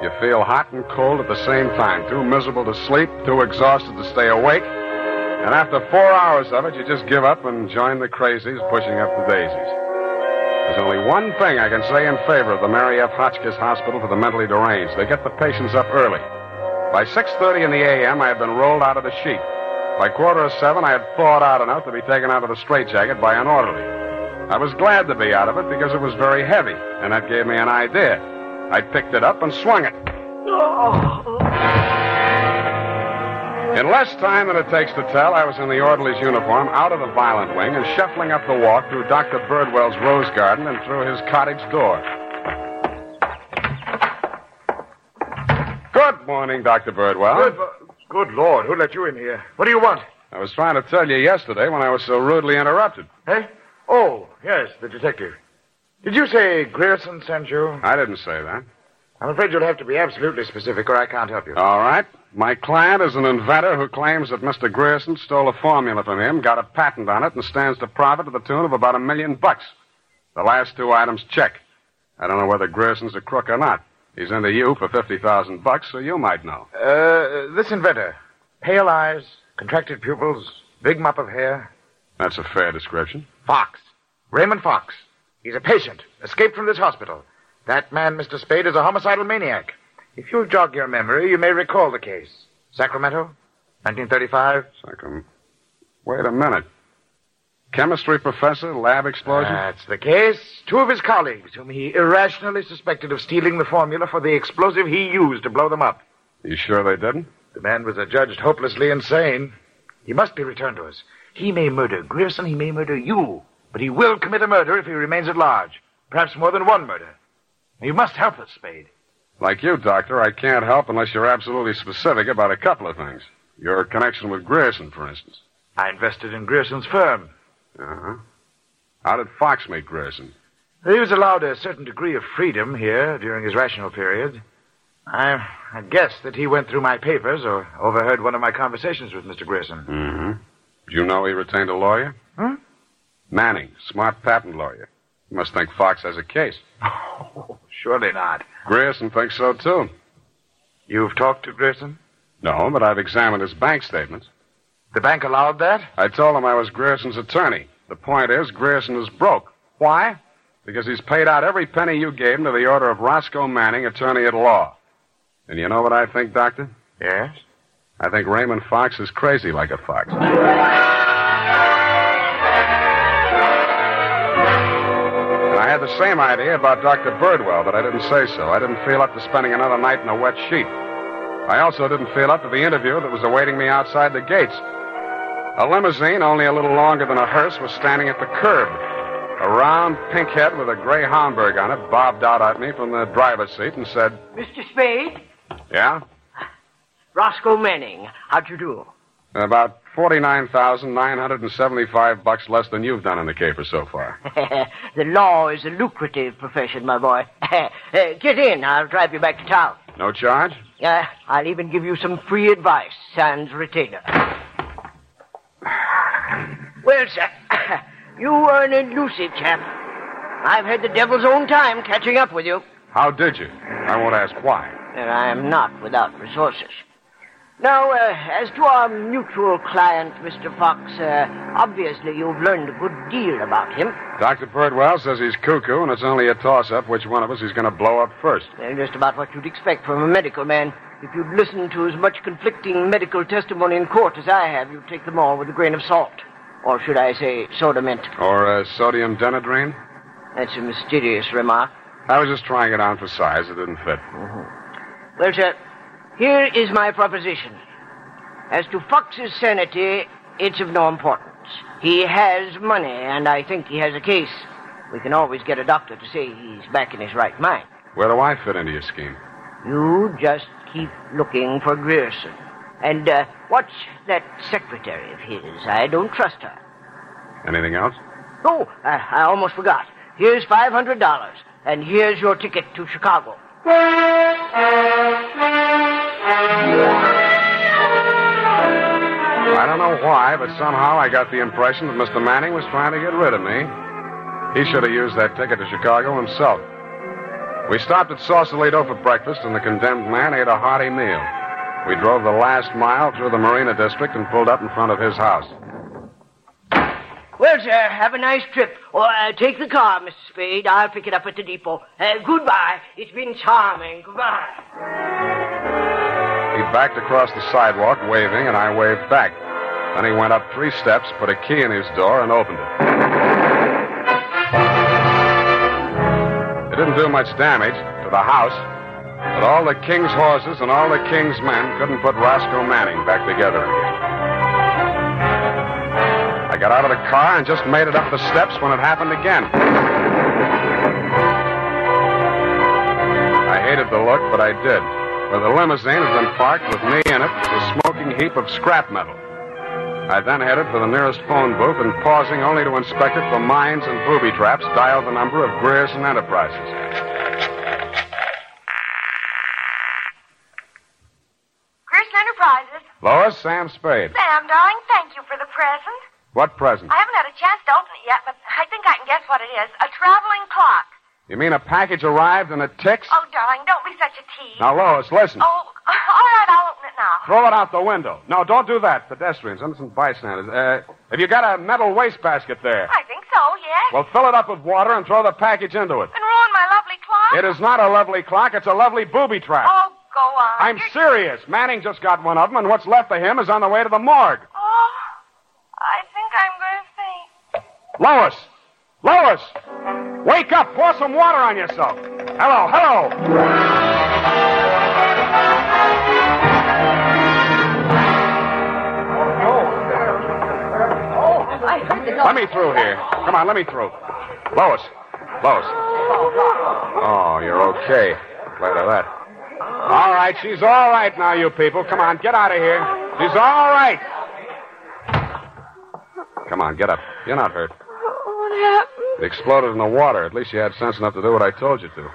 [SPEAKER 5] You feel hot and cold at the same time, too miserable to sleep, too exhausted to stay awake, and after four hours of it, you just give up and join the crazies pushing up the daisies. There's only one thing I can say in favor of the Mary F. Hotchkiss Hospital for the Mentally Deranged. They get the patients up early. By 6.30 in the a.m., I had been rolled out of the sheet. By quarter of seven, I had thawed out enough to be taken out of the straitjacket by an orderly. I was glad to be out of it because it was very heavy, and that gave me an idea. I picked it up and swung it. In less time than it takes to tell, I was in the orderly's uniform, out of the violent wing, and shuffling up the walk through Dr. Birdwell's rose garden and through his cottage door. Good morning, Dr. Birdwell.
[SPEAKER 10] Good, good Lord, who let you in here? What do you want?
[SPEAKER 5] I was trying to tell you yesterday when I was so rudely interrupted.
[SPEAKER 10] Eh? Oh, yes, the detective. Did you say Grierson sent you?
[SPEAKER 5] I didn't say that.
[SPEAKER 10] I'm afraid you'll have to be absolutely specific, or I can't help you.
[SPEAKER 5] All right. My client is an inventor who claims that Mr. Grierson stole a formula from him, got a patent on it, and stands to profit to the tune of about a million bucks. The last two items check. I don't know whether Grierson's a crook or not. He's into you for 50,000 bucks, so you might know.
[SPEAKER 10] Uh, this inventor. Pale eyes, contracted pupils, big mop of hair.
[SPEAKER 5] That's a fair description.
[SPEAKER 10] Fox. Raymond Fox. He's a patient, escaped from this hospital. That man, Mr. Spade, is a homicidal maniac. If you'll jog your memory, you may recall the case. Sacramento, 1935.
[SPEAKER 5] Sacramento. Wait a minute. Chemistry professor, lab explosion?
[SPEAKER 10] That's the case. Two of his colleagues, whom he irrationally suspected of stealing the formula for the explosive he used to blow them up.
[SPEAKER 5] You sure they didn't?
[SPEAKER 10] The man was adjudged hopelessly insane. He must be returned to us. He may murder Grierson, he may murder you, but he will commit a murder if he remains at large. Perhaps more than one murder. You must help us, Spade.
[SPEAKER 5] Like you, Doctor, I can't help unless you're absolutely specific about a couple of things. Your connection with Grierson, for instance.
[SPEAKER 10] I invested in Grierson's firm.
[SPEAKER 5] Uh-huh. How did Fox meet Grierson?
[SPEAKER 10] He was allowed a certain degree of freedom here during his rational period. I, I guess that he went through my papers or overheard one of my conversations with Mr. Grierson.
[SPEAKER 5] Mm-hmm. Do you know he retained a lawyer?
[SPEAKER 10] Hmm?
[SPEAKER 5] Manning, smart patent lawyer. You must think Fox has
[SPEAKER 10] [LAUGHS]
[SPEAKER 5] a case.
[SPEAKER 10] Surely not.
[SPEAKER 5] Grierson thinks so, too.
[SPEAKER 10] You've talked to Grierson?
[SPEAKER 5] No, but I've examined his bank statements.
[SPEAKER 10] The bank allowed that?
[SPEAKER 5] I told him I was Grierson's attorney. The point is, Grierson is broke. Why? Because he's paid out every penny you gave him to the order of Roscoe Manning, attorney at law. And you know what I think, Doctor?
[SPEAKER 10] Yes?
[SPEAKER 5] I think Raymond Fox is crazy like a fox. the same idea about Dr. Birdwell, but I didn't say so. I didn't feel up to spending another night in a wet sheet. I also didn't feel up to the interview that was awaiting me outside the gates. A limousine, only a little longer than a hearse, was standing at the curb. A round pink head with a gray Homburg on it bobbed out at me from the driver's seat and said,
[SPEAKER 19] Mr. Spade,
[SPEAKER 5] Yeah?
[SPEAKER 19] Roscoe Manning. How'd you do? [LAUGHS]
[SPEAKER 5] About 49,975 bucks less than you've done in the caper so far.
[SPEAKER 19] the law is a lucrative profession, my boy. [LAUGHS] Uh, Get in. I'll drive you back to town.
[SPEAKER 5] No charge?
[SPEAKER 19] Uh, I'll even give you some free advice, sans retainer. Well, sir, [COUGHS] you are an elusive chap. I've had the devil's own time catching up with you.
[SPEAKER 5] How did you? I won't ask why.
[SPEAKER 19] And I am not without resources. Now, uh, as to our mutual client, Mr. Fox, uh, obviously you've learned a good deal about him.
[SPEAKER 5] Dr. Birdwell says he's cuckoo, and it's only a toss up which one of us he's going to blow up first.
[SPEAKER 19] Uh, just about what you'd expect from a medical man. If you'd listened to as much conflicting medical testimony in court as I have, you'd take them all with a grain of salt. Or should I say, soda mint.
[SPEAKER 5] Or uh, sodium denadrine?
[SPEAKER 19] That's a mysterious remark. Mm-hmm.
[SPEAKER 5] I was just trying it on for size. It didn't fit.
[SPEAKER 19] Well, sir, here is my proposition. As to Fox's sanity, it's of no importance. He has money, and I think he has a case. We can always get a doctor to say he's back in his right mind.
[SPEAKER 5] Where do I fit into your scheme?
[SPEAKER 19] You just keep looking for Grierson. And uh, watch that secretary of his. I don't trust her.
[SPEAKER 5] Anything else?
[SPEAKER 19] Oh, I, I almost forgot. Here's $500, and here's your ticket to Chicago.
[SPEAKER 5] I don't know why, but somehow I got the impression that Mr. Manning was trying to get rid of me. He should have used that ticket to Chicago himself. We stopped at Sausalito for breakfast, and the condemned man ate a hearty meal. We drove the last mile through the Marina District and pulled up in front of his house.
[SPEAKER 19] Well, sir, have a nice trip. Or uh, take the car, Mr. Spade. I'll pick it up at the depot. Uh, goodbye. It's been charming. Goodbye.
[SPEAKER 5] He backed across the sidewalk, waving, and I waved back. Then he went up three steps, put a key in his door, and opened it. It didn't do much damage to the house, but all the king's horses and all the king's men couldn't put Roscoe Manning back together again. I got out of the car and just made it up the steps when it happened again. I hated the look, but I did. For the limousine had been parked with me in it, was a smoking heap of scrap metal. I then headed for the nearest phone booth and pausing only to inspect it for mines and booby traps, dialed the number of Grierson Enterprises.
[SPEAKER 1] Grierson Enterprises.
[SPEAKER 5] Lois, Sam Spade.
[SPEAKER 1] Sam, darling, thank you for the present.
[SPEAKER 5] What present?
[SPEAKER 1] I haven't had a chance to open it yet, but I think I can guess what it is. A traveling clock.
[SPEAKER 5] You mean a package arrived and it ticks?
[SPEAKER 1] Oh, darling, don't be such a tease.
[SPEAKER 5] Now, Lois, listen.
[SPEAKER 1] Oh, [LAUGHS] all right, I'll open it now.
[SPEAKER 5] Throw it out the window. No, don't do that. Pedestrians, innocent bystanders. Uh, have you got a metal wastebasket there?
[SPEAKER 1] I think so, yes.
[SPEAKER 5] Well, fill it up with water and throw the package into it.
[SPEAKER 1] and ruin my lovely clock?
[SPEAKER 5] It is not a lovely clock. It's a lovely booby trap.
[SPEAKER 1] Oh, go on.
[SPEAKER 5] I'm
[SPEAKER 1] You're-
[SPEAKER 5] serious. Manning just got one of them, and what's left of him is on the way to the morgue.
[SPEAKER 1] Oh, I think I'm going to faint.
[SPEAKER 5] Lois! Lois! Wake up! Pour some water on yourself! Hello, hello!
[SPEAKER 9] I heard the
[SPEAKER 5] Let me through here. Come on, let me through. Lois! Lois. Oh, you're okay. Glad of that. All right, she's all right now, you people. Come on, get out of here. She's all right. Come on, get up. You're not hurt.
[SPEAKER 1] What happened?
[SPEAKER 5] It exploded in the water. At least you had sense enough to do what I told you to.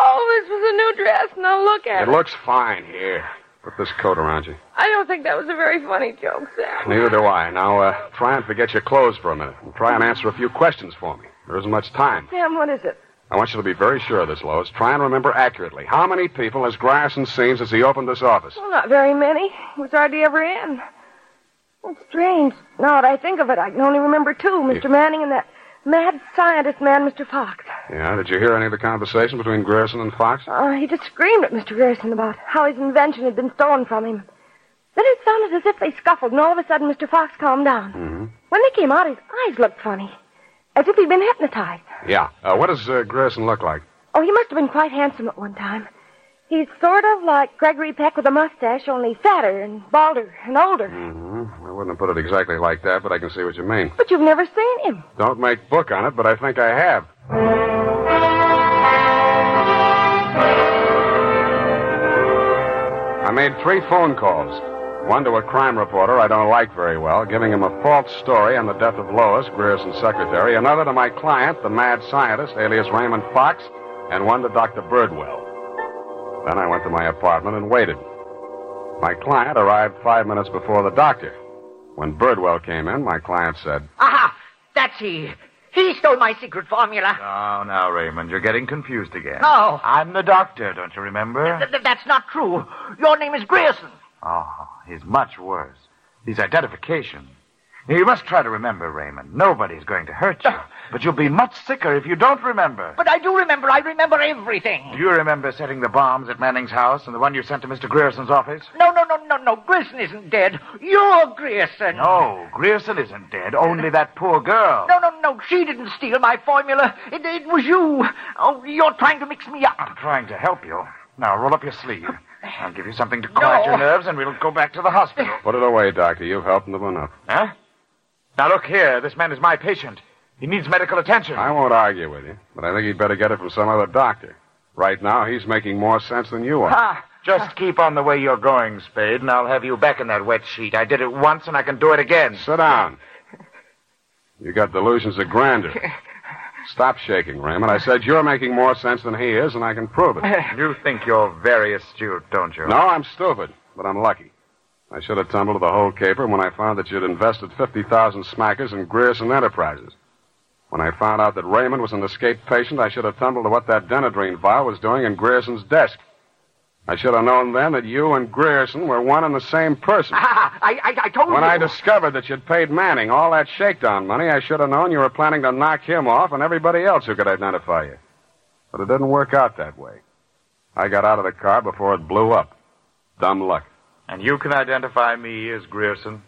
[SPEAKER 1] Oh, this was a new dress. Now look at
[SPEAKER 5] It looks fine here. Put this coat around you.
[SPEAKER 1] I don't think that was a very funny joke, Sam.
[SPEAKER 5] Neither do I. Now, uh, try and forget your clothes for a minute and try and answer a few questions for me. There isn't much time.
[SPEAKER 1] Sam, what is it?
[SPEAKER 5] I want you to be very sure of this, Lois. Try and remember accurately. How many people has Grierson seen since he opened this office?
[SPEAKER 1] Well, not very many. It was hardly ever in. It's strange. Now that I think of it, I can only remember two Mr. Manning and that mad scientist man, Mr. Fox.
[SPEAKER 5] Yeah, did you hear any of the conversation between Grierson and Fox?
[SPEAKER 1] Uh, he just screamed at Mr. Grierson about how his invention had been stolen from him. Then it sounded as if they scuffled, and all of a sudden Mr. Fox calmed down.
[SPEAKER 5] Mm-hmm.
[SPEAKER 1] When they came out, his eyes looked funny. as if he'd been hypnotized.
[SPEAKER 5] Yeah. Uh, what does uh, Grierson look like?
[SPEAKER 1] Oh, he must have been quite handsome at one time. He's sort of like Gregory Peck with a mustache, only fatter and balder and older.
[SPEAKER 5] Mm-hmm. I wouldn't have put it exactly like that, but I can see what you mean.
[SPEAKER 1] But you've never seen him.
[SPEAKER 5] Don't make book on it, but I think I have. I made three phone calls. One to a crime reporter I don't like very well, giving him a false story on the death of Lois, Grierson's secretary. Another to my client, the mad scientist, alias Raymond Fox, and one to Dr. Birdwell. Then I went to my apartment and waited. My client arrived five minutes before the doctor. When Birdwell came in, my client said,
[SPEAKER 7] Aha! That's he. He stole my secret formula.
[SPEAKER 5] Ah,
[SPEAKER 10] Oh, now, Raymond, you're getting confused again.
[SPEAKER 7] No.
[SPEAKER 10] I'm the doctor, don't you remember?
[SPEAKER 7] Th- th- that's not true. Your name is Grierson.
[SPEAKER 10] Oh, he's much worse. He's identification. You must try to remember, Raymond. Nobody's going to hurt
[SPEAKER 5] [LAUGHS]
[SPEAKER 10] you. But you'll be much sicker if you don't remember.
[SPEAKER 7] But I do remember. I remember everything.
[SPEAKER 10] Do you remember setting the bombs at Manning's house and the one you sent to Mr. Grierson's office?
[SPEAKER 7] No, no, no, no, no. Grierson isn't dead. You're Oh, Grierson.
[SPEAKER 10] No, Grierson isn't dead. Only that poor girl.
[SPEAKER 7] No, no, no. She didn't steal my formula. It, it was you. Oh, you're trying to mix me up. [LAUGHS]
[SPEAKER 10] I'm trying to help you. Now, roll up your sleeve. I'll give you something to quiet your nerves, and we'll go back to the
[SPEAKER 7] [LAUGHS]
[SPEAKER 10] hospital.
[SPEAKER 5] Put it away, doctor. You've helped them enough.
[SPEAKER 10] Huh? Now, look here. This man is my patient. He needs medical attention.
[SPEAKER 5] I won't argue with you, but I think he'd better get it from some other doctor. Right now, he's making more sense than you are.
[SPEAKER 10] Ah, just keep on the way you're going, Spade, and I'll have you back in that wet sheet. I did it once, and I can do it again.
[SPEAKER 5] Sit down. You got delusions of grandeur. Stop shaking, Raymond. I said you're making more sense than he is, and I can prove it.
[SPEAKER 10] [LAUGHS] You think you're very astute, don't you?
[SPEAKER 5] No, I'm stupid, but I'm lucky. I should have tumbled to the whole caper when I found that you'd invested 50,000 smackers in Grierson Enterprises. When I found out that Raymond was an escaped patient, I should have tumbled to what that denadrine vial was doing in Grierson's desk. I should have known then that you and Grierson were one and the same person.
[SPEAKER 7] Ah, I, I, I told
[SPEAKER 5] When
[SPEAKER 7] you.
[SPEAKER 5] I discovered that you'd paid Manning all that shakedown money, I should have known you were planning to knock him off and everybody else who could identify you. But it didn't work out that way. I got out of the car before it blew up. Dumb luck.
[SPEAKER 10] And you can identify me as Grierson?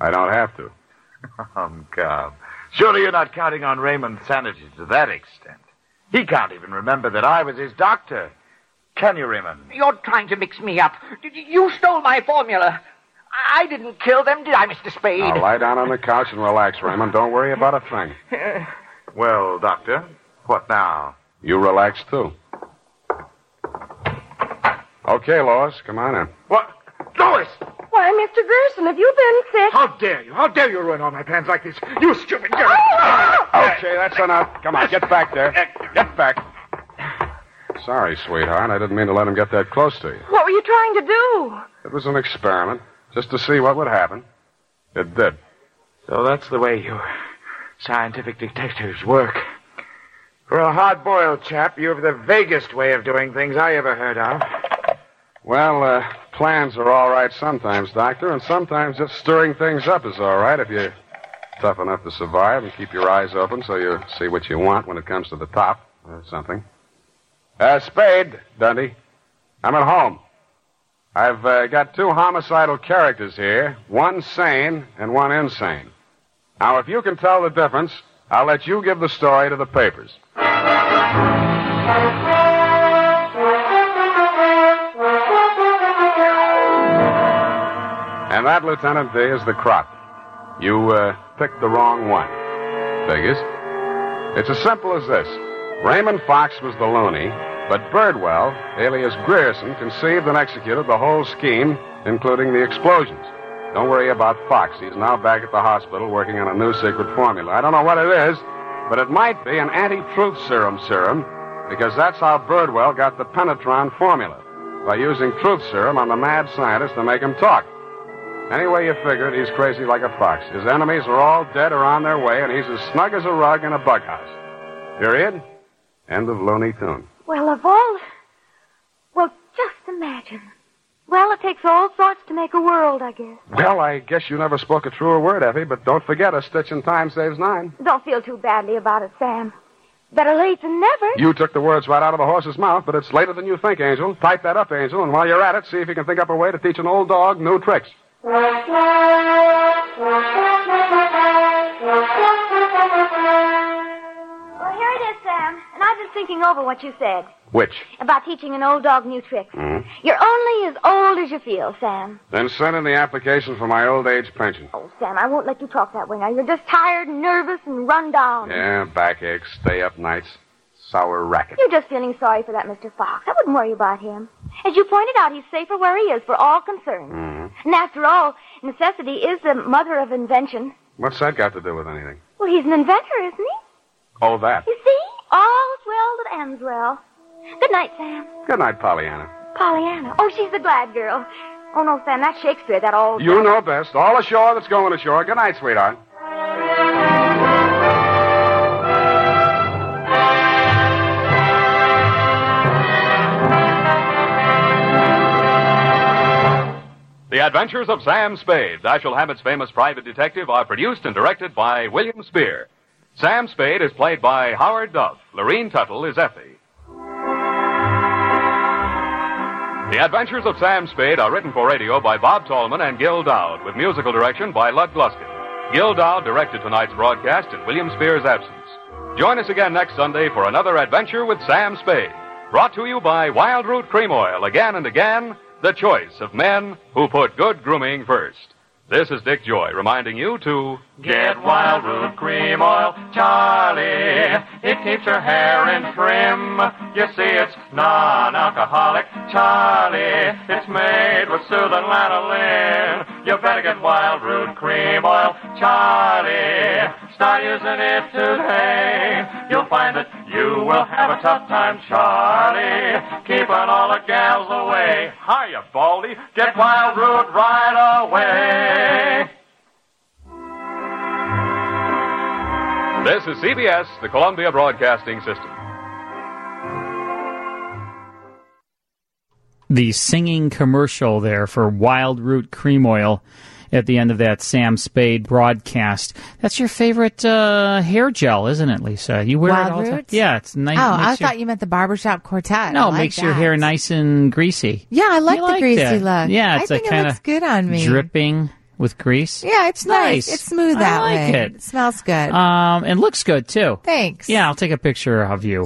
[SPEAKER 5] I don't have to.
[SPEAKER 10] [LAUGHS] Oh, God. Surely you're not counting on Raymond's sanity to that extent. He can't even remember that I was his doctor. Can you, Raymond?
[SPEAKER 7] You're trying to mix me up. D- d- You stole my formula. I didn't kill them, did I, Mr. Spade?
[SPEAKER 5] Now lie down on the couch and relax, Raymond. Don't worry about a thing.
[SPEAKER 7] [LAUGHS] Uh,
[SPEAKER 10] Well, Doctor, what now?
[SPEAKER 5] You relax too. Okay, Lois, come on in.
[SPEAKER 20] What? Lois!
[SPEAKER 1] Why, Mr. Grierson, have you been sick?
[SPEAKER 20] How dare you? How dare you ruin all my plans like this? You stupid girl!
[SPEAKER 1] Ah!
[SPEAKER 5] Okay, that's enough. Come on, get back there. Get back. Sorry, sweetheart. I didn't mean to let him get that close to you.
[SPEAKER 1] What were you trying to do?
[SPEAKER 5] It was an experiment, just to see what would happen. It did.
[SPEAKER 10] So that's the way you scientific detectives work. For a hard boiled chap, you have the vaguest way of doing things I ever heard of.
[SPEAKER 5] Well, uh, plans are all right sometimes, Doctor, and sometimes just stirring things up is all right if you're tough enough to survive and keep your eyes open so you see what you want when it comes to the top or something. Uh, Spade, Dundee, I'm at home. I've uh, got two homicidal characters here, one sane and one insane. Now, if you can tell the difference, I'll let you give the story to the papers. And that, Lieutenant D, is the crop. You uh, picked the wrong one. Figures. It's as simple as this Raymond Fox was the loony, but Birdwell, alias Grierson, conceived and executed the whole scheme, including the explosions. Don't worry about Fox. He's now back at the hospital working on a new secret formula. I don't know what it is, but it might be an anti truth serum serum, because that's how Birdwell got the Penetron formula by using truth serum on the mad scientist to make him talk. Any way you figure it, he's crazy like a fox. His enemies are all dead or on their way, and he's as snug as a rug in a bug house. Period. End of Looney Tune.
[SPEAKER 9] Well, of all. Well, just imagine. Well, it takes all sorts to make a world, I guess.
[SPEAKER 5] Well, I guess you never spoke a truer word, Effie, but don't forget a stitch in time saves nine.
[SPEAKER 9] Don't feel too badly about it, Sam. Better late than never.
[SPEAKER 5] You took the words right out of the horse's mouth, but it's later than you think, Angel. Type that up, Angel, and while you're at it, see if you can think up a way to teach an old dog new tricks.
[SPEAKER 9] I was just thinking over what you said
[SPEAKER 5] Which? Hmm?
[SPEAKER 9] about teaching an old dog new tricks. You're only as old as you feel, Sam.
[SPEAKER 5] Then send in the application for my old age pension.
[SPEAKER 9] Sam, I won't let you talk that way now. You're just tired, and nervous, and run down.
[SPEAKER 5] Yeah, backache, stay up nights, sour racket.
[SPEAKER 9] You're just feeling sorry for that Mr. Fox. I wouldn't worry about him. As you pointed out, he's safer where he is for all concerned.
[SPEAKER 5] Hmm?
[SPEAKER 9] And after all, necessity is the mother of invention.
[SPEAKER 5] What's that got to do with anything?
[SPEAKER 9] Well, he's an inventor, isn't he?
[SPEAKER 5] Oh, that.
[SPEAKER 9] You see? All's well that ends well. Good night, Sam.
[SPEAKER 5] Good night, Pollyanna.
[SPEAKER 9] Pollyanna. Oh, she's the glad girl. Oh, no, Sam, that's Shakespeare, that all.
[SPEAKER 5] You know best. All ashore that's going ashore. Good night, sweetheart.
[SPEAKER 2] The Adventures of Sam Spade, Dashiell Hammett's famous private detective, are produced and directed by William Spear. Sam Spade is played by Howard Duff. Lorene Tuttle is Effie. The Adventures of Sam Spade are written for radio by Bob Tallman and Gil Dowd, with musical direction by Lud Gluskin. Gil Dowd directed tonight's broadcast in William Spear's absence. Join us again next Sunday for another adventure with Sam Spade. Brought to you by Wild Root Cream Oil, again and again, the choice of men who put good grooming first. This is Dick Joy reminding you to
[SPEAKER 21] Get Wild Root Cream Oil, Charlie. It keeps your hair in trim. You see, it's non-alcoholic, Charlie. It's made with soothing lanolin. You better get Wild Root Cream Oil, Charlie. Start using it today. You'll find that you will have a tough time, Charlie. Keeping all the gals away. Hiya, Baldy. Get Wild Root right away.
[SPEAKER 2] This is CBS, the Columbia Broadcasting System.
[SPEAKER 15] the singing commercial there for Wild Root Cream Oil at the end of that Sam Spade broadcast. That's your favorite uh, hair gel, isn't it, Lisa? You wear it
[SPEAKER 16] Wild
[SPEAKER 15] all the time.
[SPEAKER 16] Roots?
[SPEAKER 15] Yeah, it's nice.
[SPEAKER 16] oh,
[SPEAKER 15] it makes
[SPEAKER 16] I
[SPEAKER 15] your-
[SPEAKER 16] thought you meant the barbershop quartet.
[SPEAKER 15] no,
[SPEAKER 16] I
[SPEAKER 15] it
[SPEAKER 16] like
[SPEAKER 15] makes your
[SPEAKER 16] that.
[SPEAKER 15] hair nice and greasy.
[SPEAKER 16] Yeah, I like
[SPEAKER 15] You
[SPEAKER 16] the greasy
[SPEAKER 15] that.
[SPEAKER 16] look.
[SPEAKER 15] Yeah, it's
[SPEAKER 16] I
[SPEAKER 15] a
[SPEAKER 16] think it
[SPEAKER 15] kind
[SPEAKER 16] looks
[SPEAKER 15] of
[SPEAKER 16] good on me.
[SPEAKER 15] dripping with grease.
[SPEAKER 16] Yeah, it's nice.
[SPEAKER 15] Nice.
[SPEAKER 16] It's smooth
[SPEAKER 15] I
[SPEAKER 16] that
[SPEAKER 15] like
[SPEAKER 16] way.
[SPEAKER 15] it.
[SPEAKER 16] smells good.
[SPEAKER 15] Um, and looks good too.
[SPEAKER 16] Thanks.
[SPEAKER 15] Yeah, I'll take a picture of you.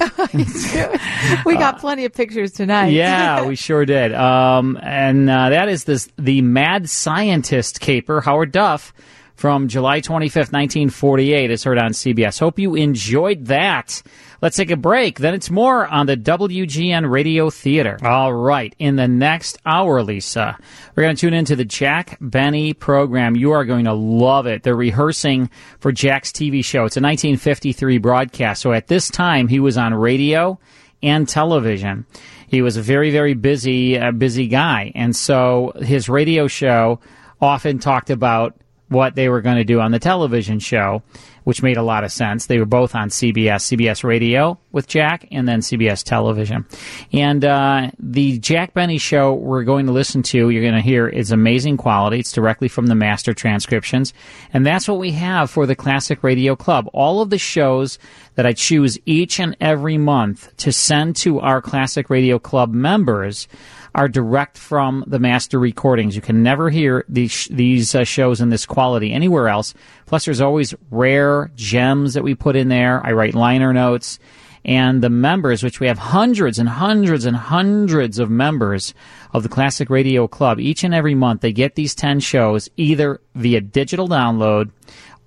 [SPEAKER 16] we got plenty of pictures tonight.
[SPEAKER 15] Yeah, we sure did. Um, and uh, that is this the mad scientist caper, Howard Duff, from July 25th, 1948, is heard on CBS. Hope you enjoyed that. Let's take a break. Then it's more on the WGN Radio Theater. All right. In the next hour, Lisa, we're going to tune into the Jack Benny program. You are going to love it. They're rehearsing for Jack's TV show. It's a 1953 broadcast. So at this time, he was on radio and television. He was a very, very busy, uh, busy guy. And so his radio show often talked about what they were going to do on the television show, which made a lot of sense. They were both on CBS, CBS Radio with Jack, and then CBS Television. And uh, the Jack Benny show we're going to listen to, you're going to hear, is amazing quality. It's directly from the master transcriptions. And that's what we have for the Classic Radio Club. All of the shows that I choose each and every month to send to our Classic Radio Club members are direct from the master recordings. You can never hear these these uh, shows in this quality anywhere else. Plus, there's always rare gems that we put in there. I write liner notes, and the members, which we have hundreds and hundreds and hundreds of members of the Classic Radio Club, each and every month they get these ten shows either via digital download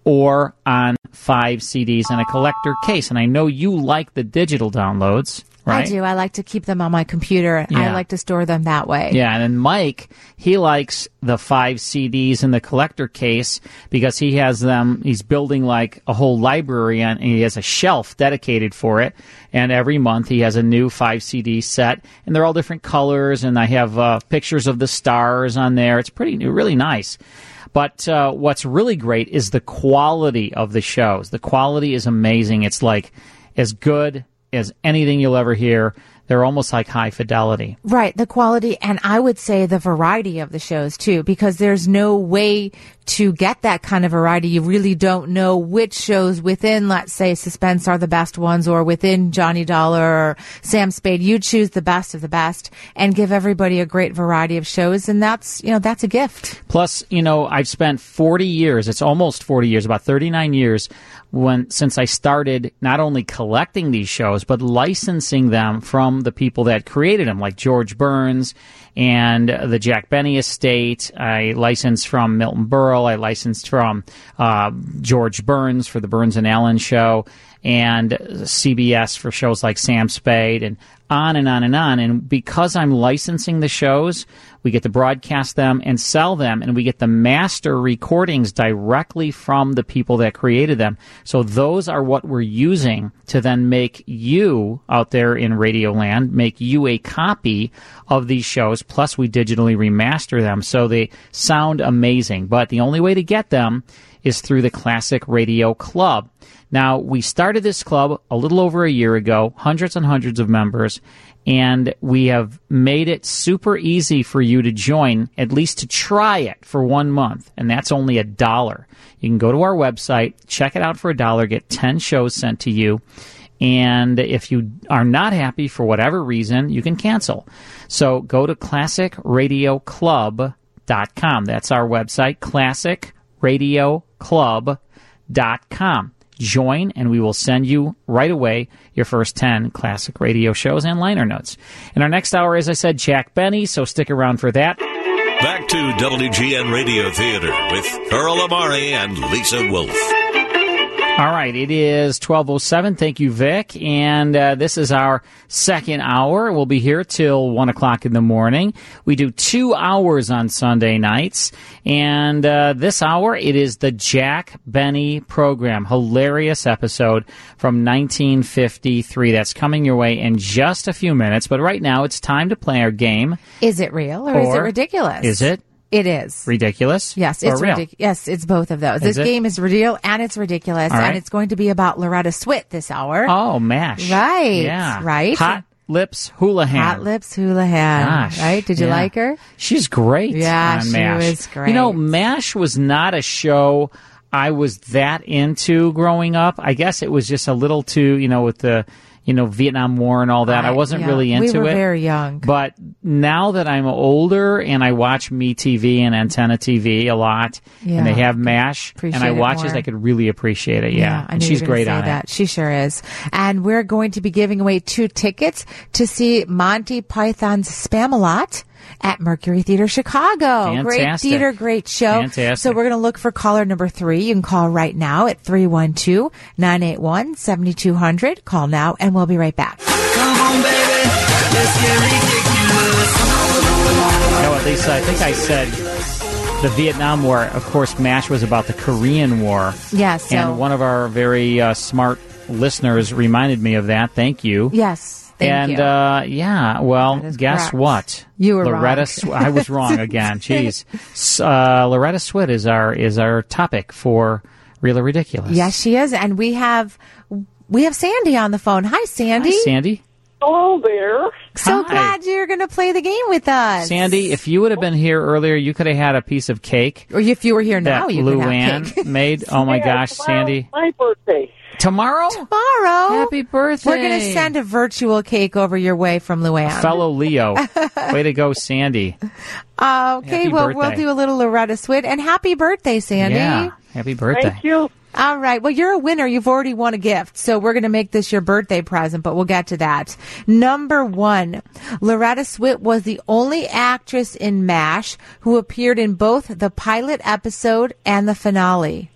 [SPEAKER 15] or on five CDs in a collector case. And I know you like the digital downloads, right?
[SPEAKER 16] [LAUGHS] I do. I like to keep them on my computer.
[SPEAKER 15] Yeah.
[SPEAKER 16] I like to store them that way.
[SPEAKER 15] Yeah, and then Mike, he likes the five CDs in the collector case because he has them. He's building like a whole library and he has a shelf dedicated for it. And every month he has a new five CD set, and they're all different colors. And I have uh, pictures of the stars on there. It's pretty, really nice. But uh, what's really great is the quality of the shows. The quality is amazing. It's like as good as anything you'll ever hear. They're almost like high fidelity.
[SPEAKER 16] Right, the quality and I would say the variety of the shows too, because there's no way to get that kind of variety. You really don't know which shows within, let's say, Suspense are the best ones or within Johnny Dollar or Sam Spade. You choose the best of the best and give everybody a great variety of shows. And that's, you know, that's a gift.
[SPEAKER 15] Plus, you know, I've spent 40 years, it's almost 40 years, about 39 years when since I started not only collecting these shows but licensing them from the people that created them, like George Burns and uh, the Jack Benny Estate. I licensed from Milton Berle. I licensed from uh, George Burns for the Burns and Allen Show, and CBS for shows like Sam Spade, and on and on and on. And because I'm licensing the shows, we get to broadcast them and sell them, and we get the master recordings directly from the people that created them. So those are what we're using to then make you out there in Radioland make you a copy of these shows. Plus, we digitally remaster them so they sound amazing. But the only way to get them is through the Classic Radio Club. Now, we started this club a little over a year ago, hundreds and hundreds of members, and we have made it super easy for you to join, at least to try it for one month, and that's only a dollar. You can go to our website, check it out for a dollar, get 10 shows sent to you. And if you are not happy for whatever reason, you can cancel. So go to classicradioclub.com. That's our website, classic radioclub.com. Join and we will send you right away your first 10 classic radio shows and liner notes. In our next hour, as I said, Jack Benny, so stick around for that.
[SPEAKER 13] Back to WGN Radio Theater with Earl Amari and Lisa Wolf.
[SPEAKER 15] All right, it is 1207. Thank you, Vic. And uh, this is our second hour. We'll be here till 1 o'clock in the morning. We do two hours on Sunday nights. And uh, this hour, it is the Jack Benny program. Hilarious episode from 1953. That's coming your way in just a few minutes. But right now, it's time to play our game.
[SPEAKER 16] Is it real or, is it
[SPEAKER 15] Or-
[SPEAKER 16] ridiculous?
[SPEAKER 15] Is it
[SPEAKER 16] It is.
[SPEAKER 15] ridiculous?
[SPEAKER 16] Yes,
[SPEAKER 15] or
[SPEAKER 16] it's
[SPEAKER 15] real?
[SPEAKER 16] ridiculous. Yes, it's both of those.
[SPEAKER 15] Is
[SPEAKER 16] this
[SPEAKER 15] it?
[SPEAKER 16] game is real and it's ridiculous,
[SPEAKER 15] All right.
[SPEAKER 16] and it's going to be about Loretta Swit this hour.
[SPEAKER 15] Oh, MASH.
[SPEAKER 16] Right,
[SPEAKER 15] Yeah.
[SPEAKER 16] right.
[SPEAKER 15] Hot Lips Houlihan.
[SPEAKER 16] Hot Lips Houlihan.
[SPEAKER 15] Gosh,
[SPEAKER 16] right? Did you
[SPEAKER 15] yeah.
[SPEAKER 16] like her?
[SPEAKER 15] She's great.
[SPEAKER 16] Yeah,
[SPEAKER 15] on
[SPEAKER 16] she
[SPEAKER 15] MASH.
[SPEAKER 16] was great.
[SPEAKER 15] You know, MASH was not a show I was that into growing up. I guess it was just a little too, you know, with the you know Vietnam War and all that. I, wasn't
[SPEAKER 16] yeah,
[SPEAKER 15] really
[SPEAKER 16] we
[SPEAKER 15] into
[SPEAKER 16] were
[SPEAKER 15] it.
[SPEAKER 16] very young.
[SPEAKER 15] But now that I'm older and I watch Me TV and Antenna TV a lot,
[SPEAKER 16] Yeah.
[SPEAKER 15] and they have MASH, and I
[SPEAKER 16] Appreciate it
[SPEAKER 15] watch
[SPEAKER 16] more.
[SPEAKER 15] I could really appreciate it. Yeah,
[SPEAKER 16] I
[SPEAKER 15] and
[SPEAKER 16] knew you
[SPEAKER 15] she's
[SPEAKER 16] were gonna
[SPEAKER 15] great
[SPEAKER 16] say
[SPEAKER 15] on
[SPEAKER 16] that.
[SPEAKER 15] it.
[SPEAKER 16] She sure is. And we're going to be giving away two tickets to see Monty Python's Spamalot at Mercury Theater Chicago. Great
[SPEAKER 15] Fantastic.
[SPEAKER 16] theater, great show.
[SPEAKER 15] Fantastic.
[SPEAKER 16] So we're going to look for caller number three. You can call right now at 312-981-7200. Call now and we'll be right back.
[SPEAKER 15] You know what, Lisa? uh, I think I said the Vietnam War. Of course, MASH was about the Korean War.
[SPEAKER 16] Yeah, so-
[SPEAKER 15] And one of our very uh, smart listeners reminded me of that. Thank you.
[SPEAKER 16] Yes. Thank
[SPEAKER 15] and
[SPEAKER 16] you.
[SPEAKER 15] Uh, yeah, well, guess
[SPEAKER 16] correct.
[SPEAKER 15] what?
[SPEAKER 16] You were
[SPEAKER 15] Loretta.
[SPEAKER 16] wrong.
[SPEAKER 15] Sw- I was wrong
[SPEAKER 16] [LAUGHS]
[SPEAKER 15] again. Jeez, S- uh, Loretta Swit is our is our topic for real or ridiculous.
[SPEAKER 16] yes, she is. And we have, we have Sandy on the phone. Hi, Sandy.
[SPEAKER 15] Hi, Sandy.
[SPEAKER 3] Hello there.
[SPEAKER 16] So
[SPEAKER 15] Hi.
[SPEAKER 16] glad you're going to play the game with us.
[SPEAKER 15] Sandy, if you would have been here earlier, you could have had a piece of cake.
[SPEAKER 16] Or if you were here now,
[SPEAKER 15] that
[SPEAKER 16] you could have
[SPEAKER 15] Luann
[SPEAKER 16] [LAUGHS]
[SPEAKER 15] made. Oh my gosh, Sandy!
[SPEAKER 3] My birthday.
[SPEAKER 15] Tomorrow?
[SPEAKER 16] Tomorrow. Happy
[SPEAKER 15] birthday.
[SPEAKER 16] We're going to send a virtual cake over your way from Luann.
[SPEAKER 15] Fellow
[SPEAKER 16] [LAUGHS]
[SPEAKER 15] Leo. Way to go, Sandy.
[SPEAKER 16] Uh, okay,
[SPEAKER 15] Happy
[SPEAKER 16] well, we'll
[SPEAKER 15] birthday.
[SPEAKER 16] do a little Loretta Swit. And happy birthday, Sandy.
[SPEAKER 15] Yeah. Happy birthday.
[SPEAKER 3] you.
[SPEAKER 16] All right. Well, you're a winner. You've already won a gift. So we're going to make this your birthday present, but we'll get to that. Number one, Loretta Swit was the only actress in MASH who appeared in both the pilot episode and the finale.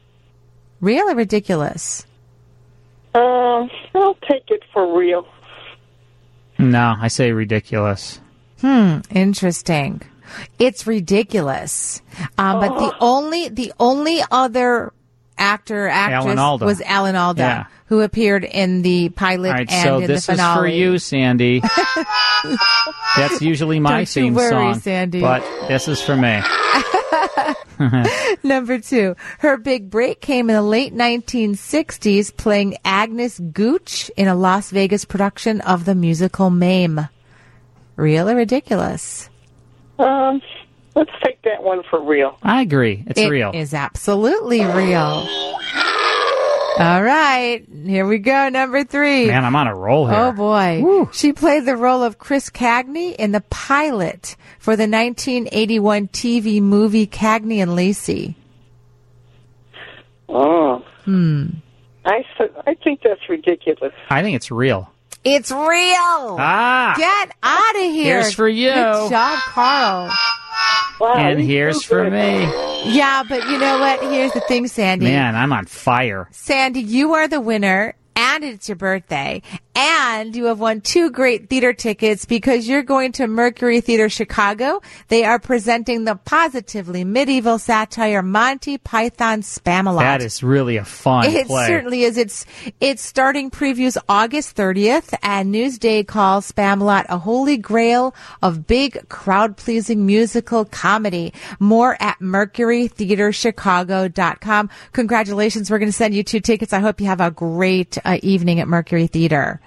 [SPEAKER 16] Real or ridiculous?
[SPEAKER 3] Um, I'll take it for real.
[SPEAKER 15] No, I say ridiculous.
[SPEAKER 16] Hmm, interesting. It's ridiculous. Um, but
[SPEAKER 3] Oh.
[SPEAKER 16] the only the only other actor actress
[SPEAKER 15] Alan Alda.
[SPEAKER 16] was Alan Alda,
[SPEAKER 15] Yeah.
[SPEAKER 16] who appeared in the pilot
[SPEAKER 15] All right,
[SPEAKER 16] and
[SPEAKER 15] so
[SPEAKER 16] in
[SPEAKER 15] this
[SPEAKER 16] the
[SPEAKER 15] is for
[SPEAKER 16] finale.
[SPEAKER 15] you, Sandy.
[SPEAKER 16] [LAUGHS]
[SPEAKER 15] That's usually my
[SPEAKER 16] Don't you
[SPEAKER 15] theme
[SPEAKER 16] worry,
[SPEAKER 15] song.
[SPEAKER 16] Sandy.
[SPEAKER 15] But this is for me.
[SPEAKER 16] [LAUGHS] Number two, her big break came in the late 1960s, playing Agnes Gooch in a Las Vegas production of the musical Mame. Real or ridiculous?
[SPEAKER 3] Um, let's take that one for real.
[SPEAKER 15] I agree. It's
[SPEAKER 16] It
[SPEAKER 15] real.
[SPEAKER 16] Is absolutely real. All right, here we go. Number three.
[SPEAKER 15] Man, I'm on a roll here.
[SPEAKER 16] Oh boy. She played the role of Chris Cagney in the pilot for the 1981 TV movie Cagney and Lacey.
[SPEAKER 3] Oh.
[SPEAKER 16] Hmm.
[SPEAKER 3] I, said- I think that's ridiculous.
[SPEAKER 15] I think it's real.
[SPEAKER 16] It's real.
[SPEAKER 15] Ah.
[SPEAKER 16] Get out of here.
[SPEAKER 15] Here's for you.
[SPEAKER 16] Good job, Carl.
[SPEAKER 3] Oh,
[SPEAKER 15] and here's for me.
[SPEAKER 16] Yeah, but you know what? Here's the thing, Sandy.
[SPEAKER 15] Man, I'm on fire.
[SPEAKER 16] Sandy, you are the winner. And it's your birthday. And you have won two great theater tickets because you're going to Mercury Theater Chicago. They are presenting the positively medieval satire Monty Python Spamalot.
[SPEAKER 15] That is really a fun
[SPEAKER 16] It
[SPEAKER 15] play.
[SPEAKER 16] certainly is. It's it's starting previews August 30th, and Newsday calls Spamalot a holy grail of big crowd pleasing musical comedy. More at mercurytheaterchicago.com. Congratulations. We're going to send you two tickets. I hope you have a great uh, evening at Mercury Theater.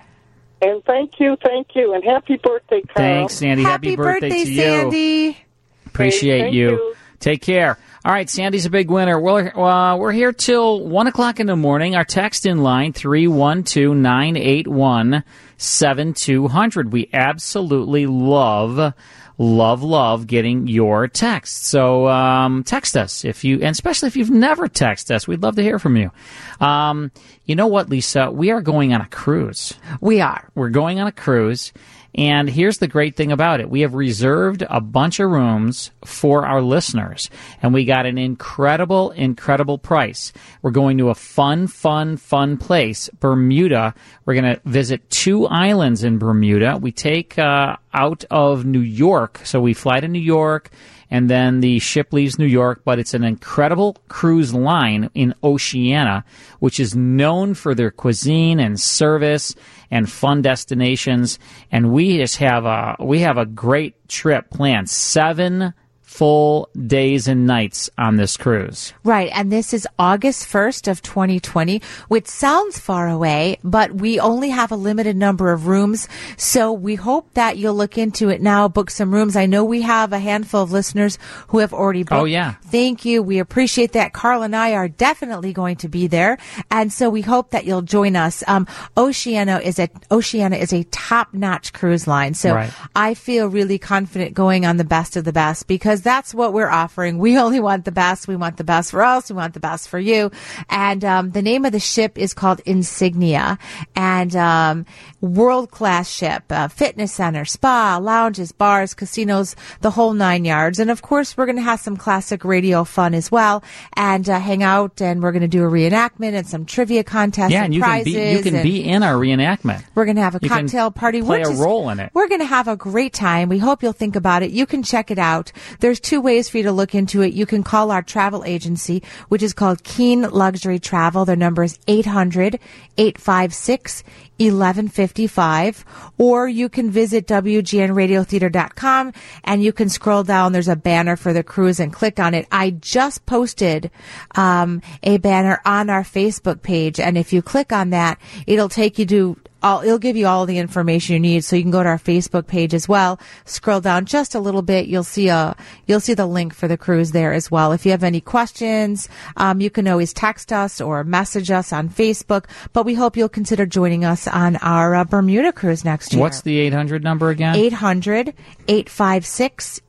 [SPEAKER 3] And thank you, thank you, and happy birthday, Carl.
[SPEAKER 15] Thanks, Sandy. Happy, birthday, to you.
[SPEAKER 16] Sandy.
[SPEAKER 15] Appreciate
[SPEAKER 3] Thank
[SPEAKER 15] you.
[SPEAKER 3] you.
[SPEAKER 15] Take care. All right, Sandy's a big winner. We're, uh, we're here till 1 o'clock in the morning. Our text in line, 312 981 7200. We absolutely love, love, love getting your texts. So um, text us if you, and especially if you've never texted us, we'd love to hear from you. Um, you know what, Lisa? We are going on a cruise.
[SPEAKER 16] We are.
[SPEAKER 15] We're going on a cruise. And here's the great thing about it. We have reserved a bunch of rooms for our listeners and we got an incredible, incredible price. We're going to a fun, fun, fun place, Bermuda. We're going to visit two islands in Bermuda. We take, uh, out of New York. So we fly to New York and then the ship leaves New York, but it's an incredible cruise line in Oceania, which is known for their cuisine and service and fun destinations. And we just have a, we have a great trip planned. Seven full days and nights on this cruise.
[SPEAKER 16] Right, and this is August 1st of 2020, which sounds far away, but we only have a limited number of rooms, so we hope that you'll look into it now, book some rooms. I know we have a handful of listeners who have already booked.
[SPEAKER 15] Oh, yeah.
[SPEAKER 16] Thank you. We appreciate that. Carl and I are definitely going to be there. And so we hope that you'll join us. Um, Oceana is a, Oceana is a top notch cruise line. So
[SPEAKER 6] Right.
[SPEAKER 16] I feel really confident going on the best of the best because that's what we're offering. We [LAUGHS] only want the best. We want the best for us. We want the best for you. And um, the name of the ship is called Insignia, and um, world class ship, uh, fitness center, spa, lounges, bars, casinos, the whole nine yards. And of course, we're going to have some classic radio fun as well, and uh, hang out. And we're going to do a reenactment and some trivia contests.
[SPEAKER 15] yeah,
[SPEAKER 16] and,
[SPEAKER 15] and you can
[SPEAKER 16] prizes.
[SPEAKER 15] be you can
[SPEAKER 16] and-
[SPEAKER 15] be in our reenactment.
[SPEAKER 16] we're going to have a
[SPEAKER 15] You can
[SPEAKER 16] cocktail party.
[SPEAKER 15] play
[SPEAKER 16] we're
[SPEAKER 15] a role in it.
[SPEAKER 16] We're going to have a great time. We hope you'll think about it. You can check it out. There's two ways for you to look into it. You can call our travel agency, which is called Keen Luxury Travel. Their number is 800 856 1155 or you can visit WGNradiotheater.com and you can scroll down. There's a banner for the cruise and click on it. I just posted um, a banner on our Facebook page and if you click on that, it'll take you to all, it'll give you all the information you need. So you can go to our Facebook page as well. Scroll down just a little bit. You'll see a, you'll see the link for the cruise there as well. If you have any questions, um, you can always text us or message us on Facebook, but we hope you'll consider joining us on our uh, Bermuda cruise next year.
[SPEAKER 15] What's the 800 number again?
[SPEAKER 16] 800 856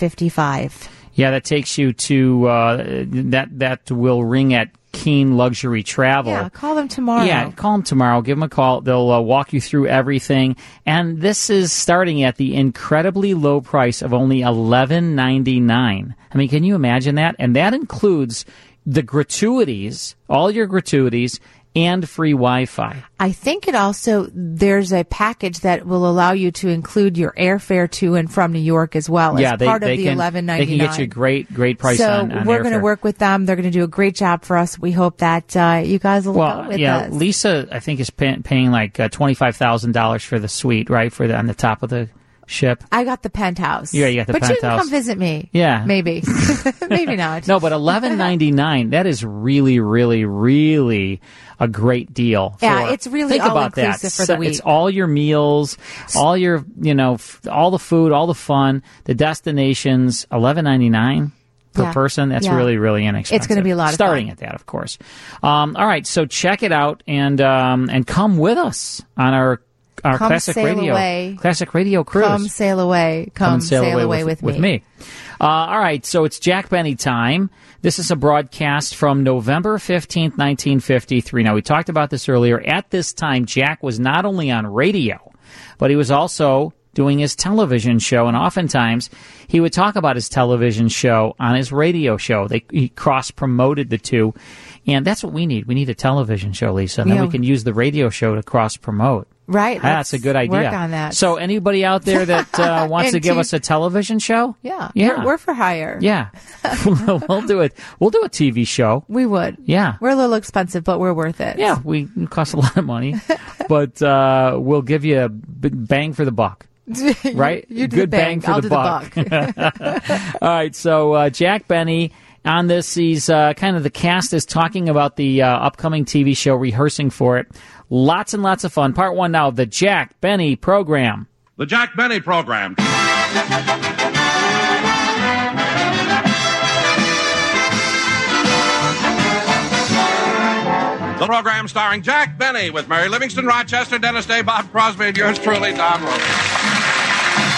[SPEAKER 16] 1155.
[SPEAKER 15] Yeah, that takes you to uh, that. That will ring at Keen Luxury Travel.
[SPEAKER 16] Yeah, call them tomorrow.
[SPEAKER 15] Yeah, call them tomorrow. Give them a call. They'll uh, walk you through everything. And this is starting at the incredibly low price of only eleven ninety nine. I mean, can you imagine that? And that includes the gratuities, all your gratuities, and free Wi Fi.
[SPEAKER 16] I think it also there's a package that will allow you to include your airfare to and from New York as well
[SPEAKER 15] yeah,
[SPEAKER 16] as
[SPEAKER 15] they,
[SPEAKER 16] part
[SPEAKER 15] they
[SPEAKER 16] of the
[SPEAKER 15] can,
[SPEAKER 16] eleven
[SPEAKER 15] They
[SPEAKER 16] ninety
[SPEAKER 15] can
[SPEAKER 16] nine.
[SPEAKER 15] get you a great, great price
[SPEAKER 16] so
[SPEAKER 15] on, on
[SPEAKER 16] we're going to
[SPEAKER 15] airfare.
[SPEAKER 16] work with them. They're going to do a great job for us. We hope that uh, you guys will
[SPEAKER 15] Well,
[SPEAKER 16] go with
[SPEAKER 15] yeah,
[SPEAKER 16] us.
[SPEAKER 15] Lisa, I think is pay- paying like uh, twenty five thousand dollars for the suite, right? For the on the top of the ship.
[SPEAKER 16] I got the penthouse.
[SPEAKER 15] Yeah, you got the
[SPEAKER 16] but you can
[SPEAKER 15] penthouse.
[SPEAKER 16] come visit me.
[SPEAKER 15] Yeah. [LAUGHS]
[SPEAKER 16] maybe, [LAUGHS] maybe not. [LAUGHS]
[SPEAKER 15] No, but eleven ninety nine. That is really, really, really a great deal.
[SPEAKER 16] Yeah,
[SPEAKER 15] for-
[SPEAKER 16] it's really
[SPEAKER 15] think about that.
[SPEAKER 16] all-inclusive for the
[SPEAKER 15] So It's
[SPEAKER 16] week.
[SPEAKER 15] all your meals, all your you know, f- all the food, all the fun, the destinations. Eleven ninety nine per
[SPEAKER 16] Yeah.
[SPEAKER 15] person. That's
[SPEAKER 16] Yeah.
[SPEAKER 15] really, really inexpensive.
[SPEAKER 16] It's gonna be a lot of
[SPEAKER 15] Starting
[SPEAKER 16] fun.
[SPEAKER 15] at that, of course. Um, all right, so check it out and um, and come with us on our our
[SPEAKER 16] Come
[SPEAKER 15] classic
[SPEAKER 16] sail
[SPEAKER 15] radio
[SPEAKER 16] away.
[SPEAKER 15] classic radio cruise.
[SPEAKER 16] Come sail away. Come,
[SPEAKER 15] Come and sail away with-
[SPEAKER 16] with,
[SPEAKER 15] with me. Uh, all right, so it's Jack Benny time. This is a broadcast from November 15th, 1953. Now, we talked about this earlier. At this time, Jack was not only on radio, but he was also doing his television show, and oftentimes he would talk about his television show on his radio show. They he cross promoted the two, and that's what we need. We need a television show, Lisa, and then
[SPEAKER 16] Yeah.
[SPEAKER 15] we can use the radio show to cross promote.
[SPEAKER 16] Right.
[SPEAKER 15] That's a
[SPEAKER 16] let's
[SPEAKER 15] good idea.
[SPEAKER 16] Work on that.
[SPEAKER 15] So, anybody out there that
[SPEAKER 16] [LAUGHS]
[SPEAKER 15] uh, wants to
[SPEAKER 16] And
[SPEAKER 15] give
[SPEAKER 16] keep-
[SPEAKER 15] us a television show?
[SPEAKER 16] yeah,
[SPEAKER 15] Yeah.
[SPEAKER 16] We're, we're for hire. [LAUGHS]
[SPEAKER 15] Yeah, [LAUGHS] we'll do it. We'll do a TV show.
[SPEAKER 16] we would.
[SPEAKER 15] Yeah.
[SPEAKER 16] We're a little expensive, but we're worth it.
[SPEAKER 15] Yeah, we it costs a lot of
[SPEAKER 16] [LAUGHS]
[SPEAKER 15] money, but uh, we'll give you a b- bang for the buck. [LAUGHS] right?
[SPEAKER 16] [LAUGHS] You do
[SPEAKER 15] Good
[SPEAKER 16] the
[SPEAKER 15] bang,
[SPEAKER 16] bang,
[SPEAKER 15] for
[SPEAKER 16] I'll
[SPEAKER 15] the
[SPEAKER 16] do the
[SPEAKER 15] [LAUGHS] buck. [LAUGHS]
[SPEAKER 16] [LAUGHS]
[SPEAKER 15] All right, so uh, Jack Benny on this, he's uh, kind of the cast is talking about the uh, upcoming TV show, rehearsing for it. Lots and lots of fun. Part one now, the Jack Benny program.
[SPEAKER 6] The Jack Benny Program. The program starring Jack Benny with Mary Livingston, Rochester, Dennis Day, Bob Crosby, and yours truly, Don Wilson.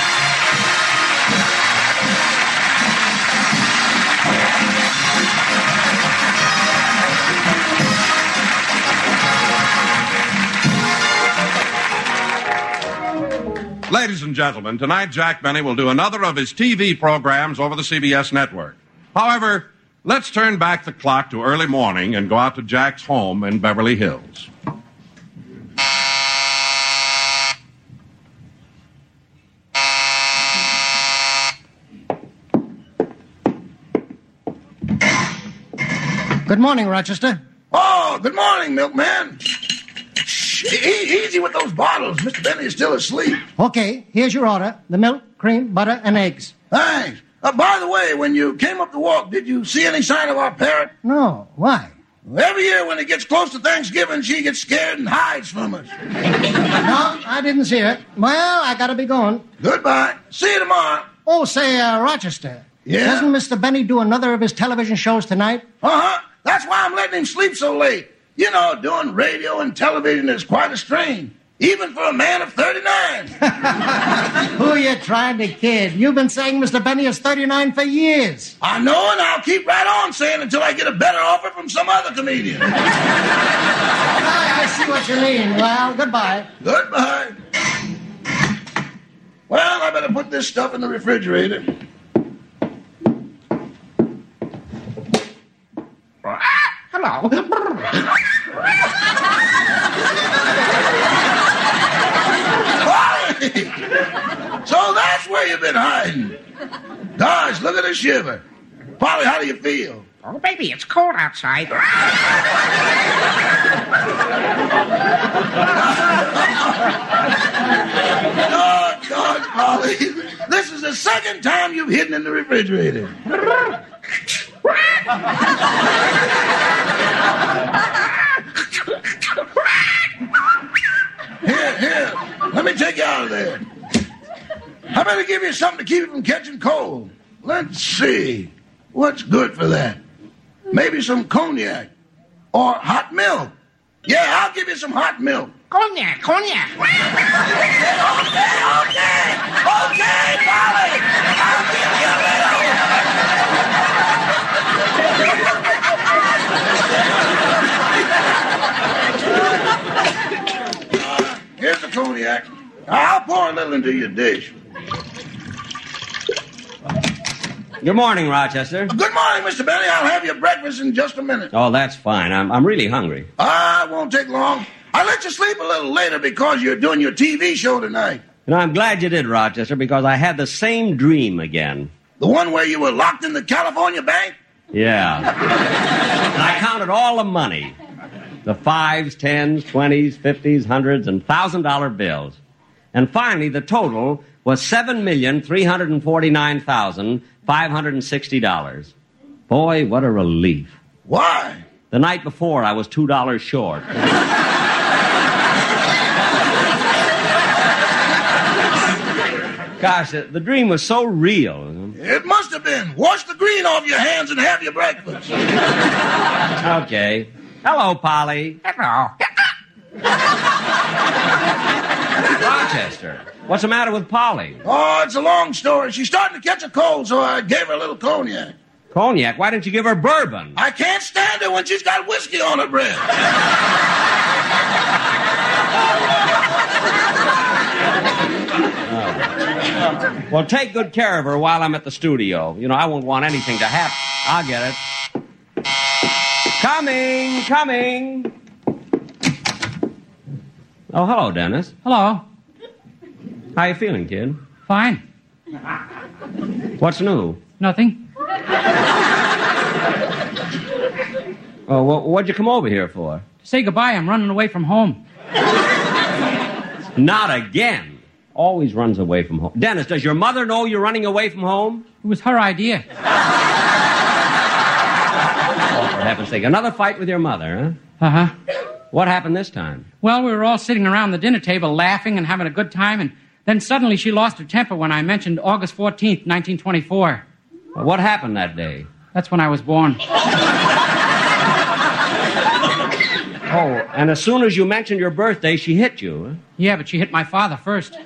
[SPEAKER 6] Ladies and gentlemen, tonight Jack Benny will do another of his TV programs over the CBS network. However, let's turn back the clock to early morning and go out to Jack's home in Beverly Hills.
[SPEAKER 22] Good morning, Rochester.
[SPEAKER 23] Oh, good morning, milkman. Shh, e- easy with those bottles. Mr. Benny is still asleep.
[SPEAKER 22] Okay, here's your order the milk, cream, butter, and eggs.
[SPEAKER 23] Thanks. Uh, by the way, when you came up the walk, did you see any sign of our parrot?
[SPEAKER 22] No, why?
[SPEAKER 23] Every year when it gets close to Thanksgiving, she gets scared and hides from us.
[SPEAKER 22] No, I didn't see it. Well, I gotta be going.
[SPEAKER 23] Goodbye. See you tomorrow.
[SPEAKER 22] Oh, say, uh, Rochester.
[SPEAKER 23] Yeah?
[SPEAKER 22] Doesn't Mr. Benny do another of his television shows tonight?
[SPEAKER 23] Uh huh. That's why I'm letting him sleep so late. You know, doing radio and television is quite a strain, even for a man of 39.
[SPEAKER 22] Who you trying to kid? You've been saying Mr. Benny is 39 for years.
[SPEAKER 23] I know, and I'll keep right on saying until I get a better offer from some other comedian. [LAUGHS]
[SPEAKER 22] I, I see what you mean. Well, goodbye.
[SPEAKER 23] Goodbye. Well, I better put this stuff in the refrigerator.
[SPEAKER 22] Hello.
[SPEAKER 23] So that's where you've been hiding. Gosh, look at her shiver. Polly, how do you feel?
[SPEAKER 24] Oh, baby, it's cold outside.
[SPEAKER 23] Oh, God, Polly. This is the second time you've hidden in the refrigerator. Here, here. Let me take you out of there. I better give you something to keep you from catching cold. Let's see. What's good for that? Maybe some cognac or hot milk. Yeah, I'll give you some hot milk.
[SPEAKER 24] Cognac, cognac.
[SPEAKER 23] Here's the cognac. I'll pour a little into your dish.
[SPEAKER 25] Good morning, Rochester.
[SPEAKER 23] Good morning, Mr. Benny. I'll have your breakfast in just a minute.
[SPEAKER 25] Oh, that's fine. I'm, I'm really hungry.
[SPEAKER 23] Ah, it won't take long. I let you sleep a little later because you're doing your TV show tonight.
[SPEAKER 25] You know, I'm glad you did, Rochester, because I had the same dream again.
[SPEAKER 23] The one where you were locked in the California bank?
[SPEAKER 25] Yeah. and I counted all the money the fives, tens, twenties, fifties, hundreds, and thousand dollar bills. And finally, the total was $7,349,560. Boy, what a relief.
[SPEAKER 23] Why?
[SPEAKER 25] The night before, I was $2 short. Gosh, the, the dream was so real.
[SPEAKER 23] It must have been. Wash the green off your hands and have your breakfast.
[SPEAKER 25] Okay. Hello, Polly. Hello. Rochester. What's the matter with Polly?
[SPEAKER 23] Oh, it's a long story. She's starting to catch a cold, so I gave her a little cognac.
[SPEAKER 25] Cognac? Why didn't you give her bourbon?
[SPEAKER 23] I can't stand it when she's got whiskey on her breath.
[SPEAKER 25] Well, take good care of her while I'm at the studio. You know, I won't want anything to happen. I'll get it. Coming, coming. Oh, hello, Dennis.
[SPEAKER 4] Hello.
[SPEAKER 25] How you feeling, kid?
[SPEAKER 4] Fine.
[SPEAKER 25] What's new?
[SPEAKER 4] Nothing.
[SPEAKER 25] Oh, wha what'd you come over here for?
[SPEAKER 4] Say goodbye. I'm running away from home.
[SPEAKER 25] Not again. Always runs away from home. Dennis, does your mother know you're running away from home?
[SPEAKER 4] It was her
[SPEAKER 25] [LAUGHS]
[SPEAKER 4] idea.
[SPEAKER 25] Oh, for heaven's sake. Another fight with your mother,
[SPEAKER 4] huh? Uh huh.
[SPEAKER 25] What happened this Uh-huh. time?
[SPEAKER 4] Well, we were all sitting around the dinner table laughing and having a good time, and then suddenly she lost her temper when I mentioned August 14th, 1924.
[SPEAKER 25] What happened that day?
[SPEAKER 4] That's when I was born.
[SPEAKER 25] [LAUGHS] Oh, and as soon as you mentioned your birthday, she hit you. huh?
[SPEAKER 4] Yeah, but she hit my father first.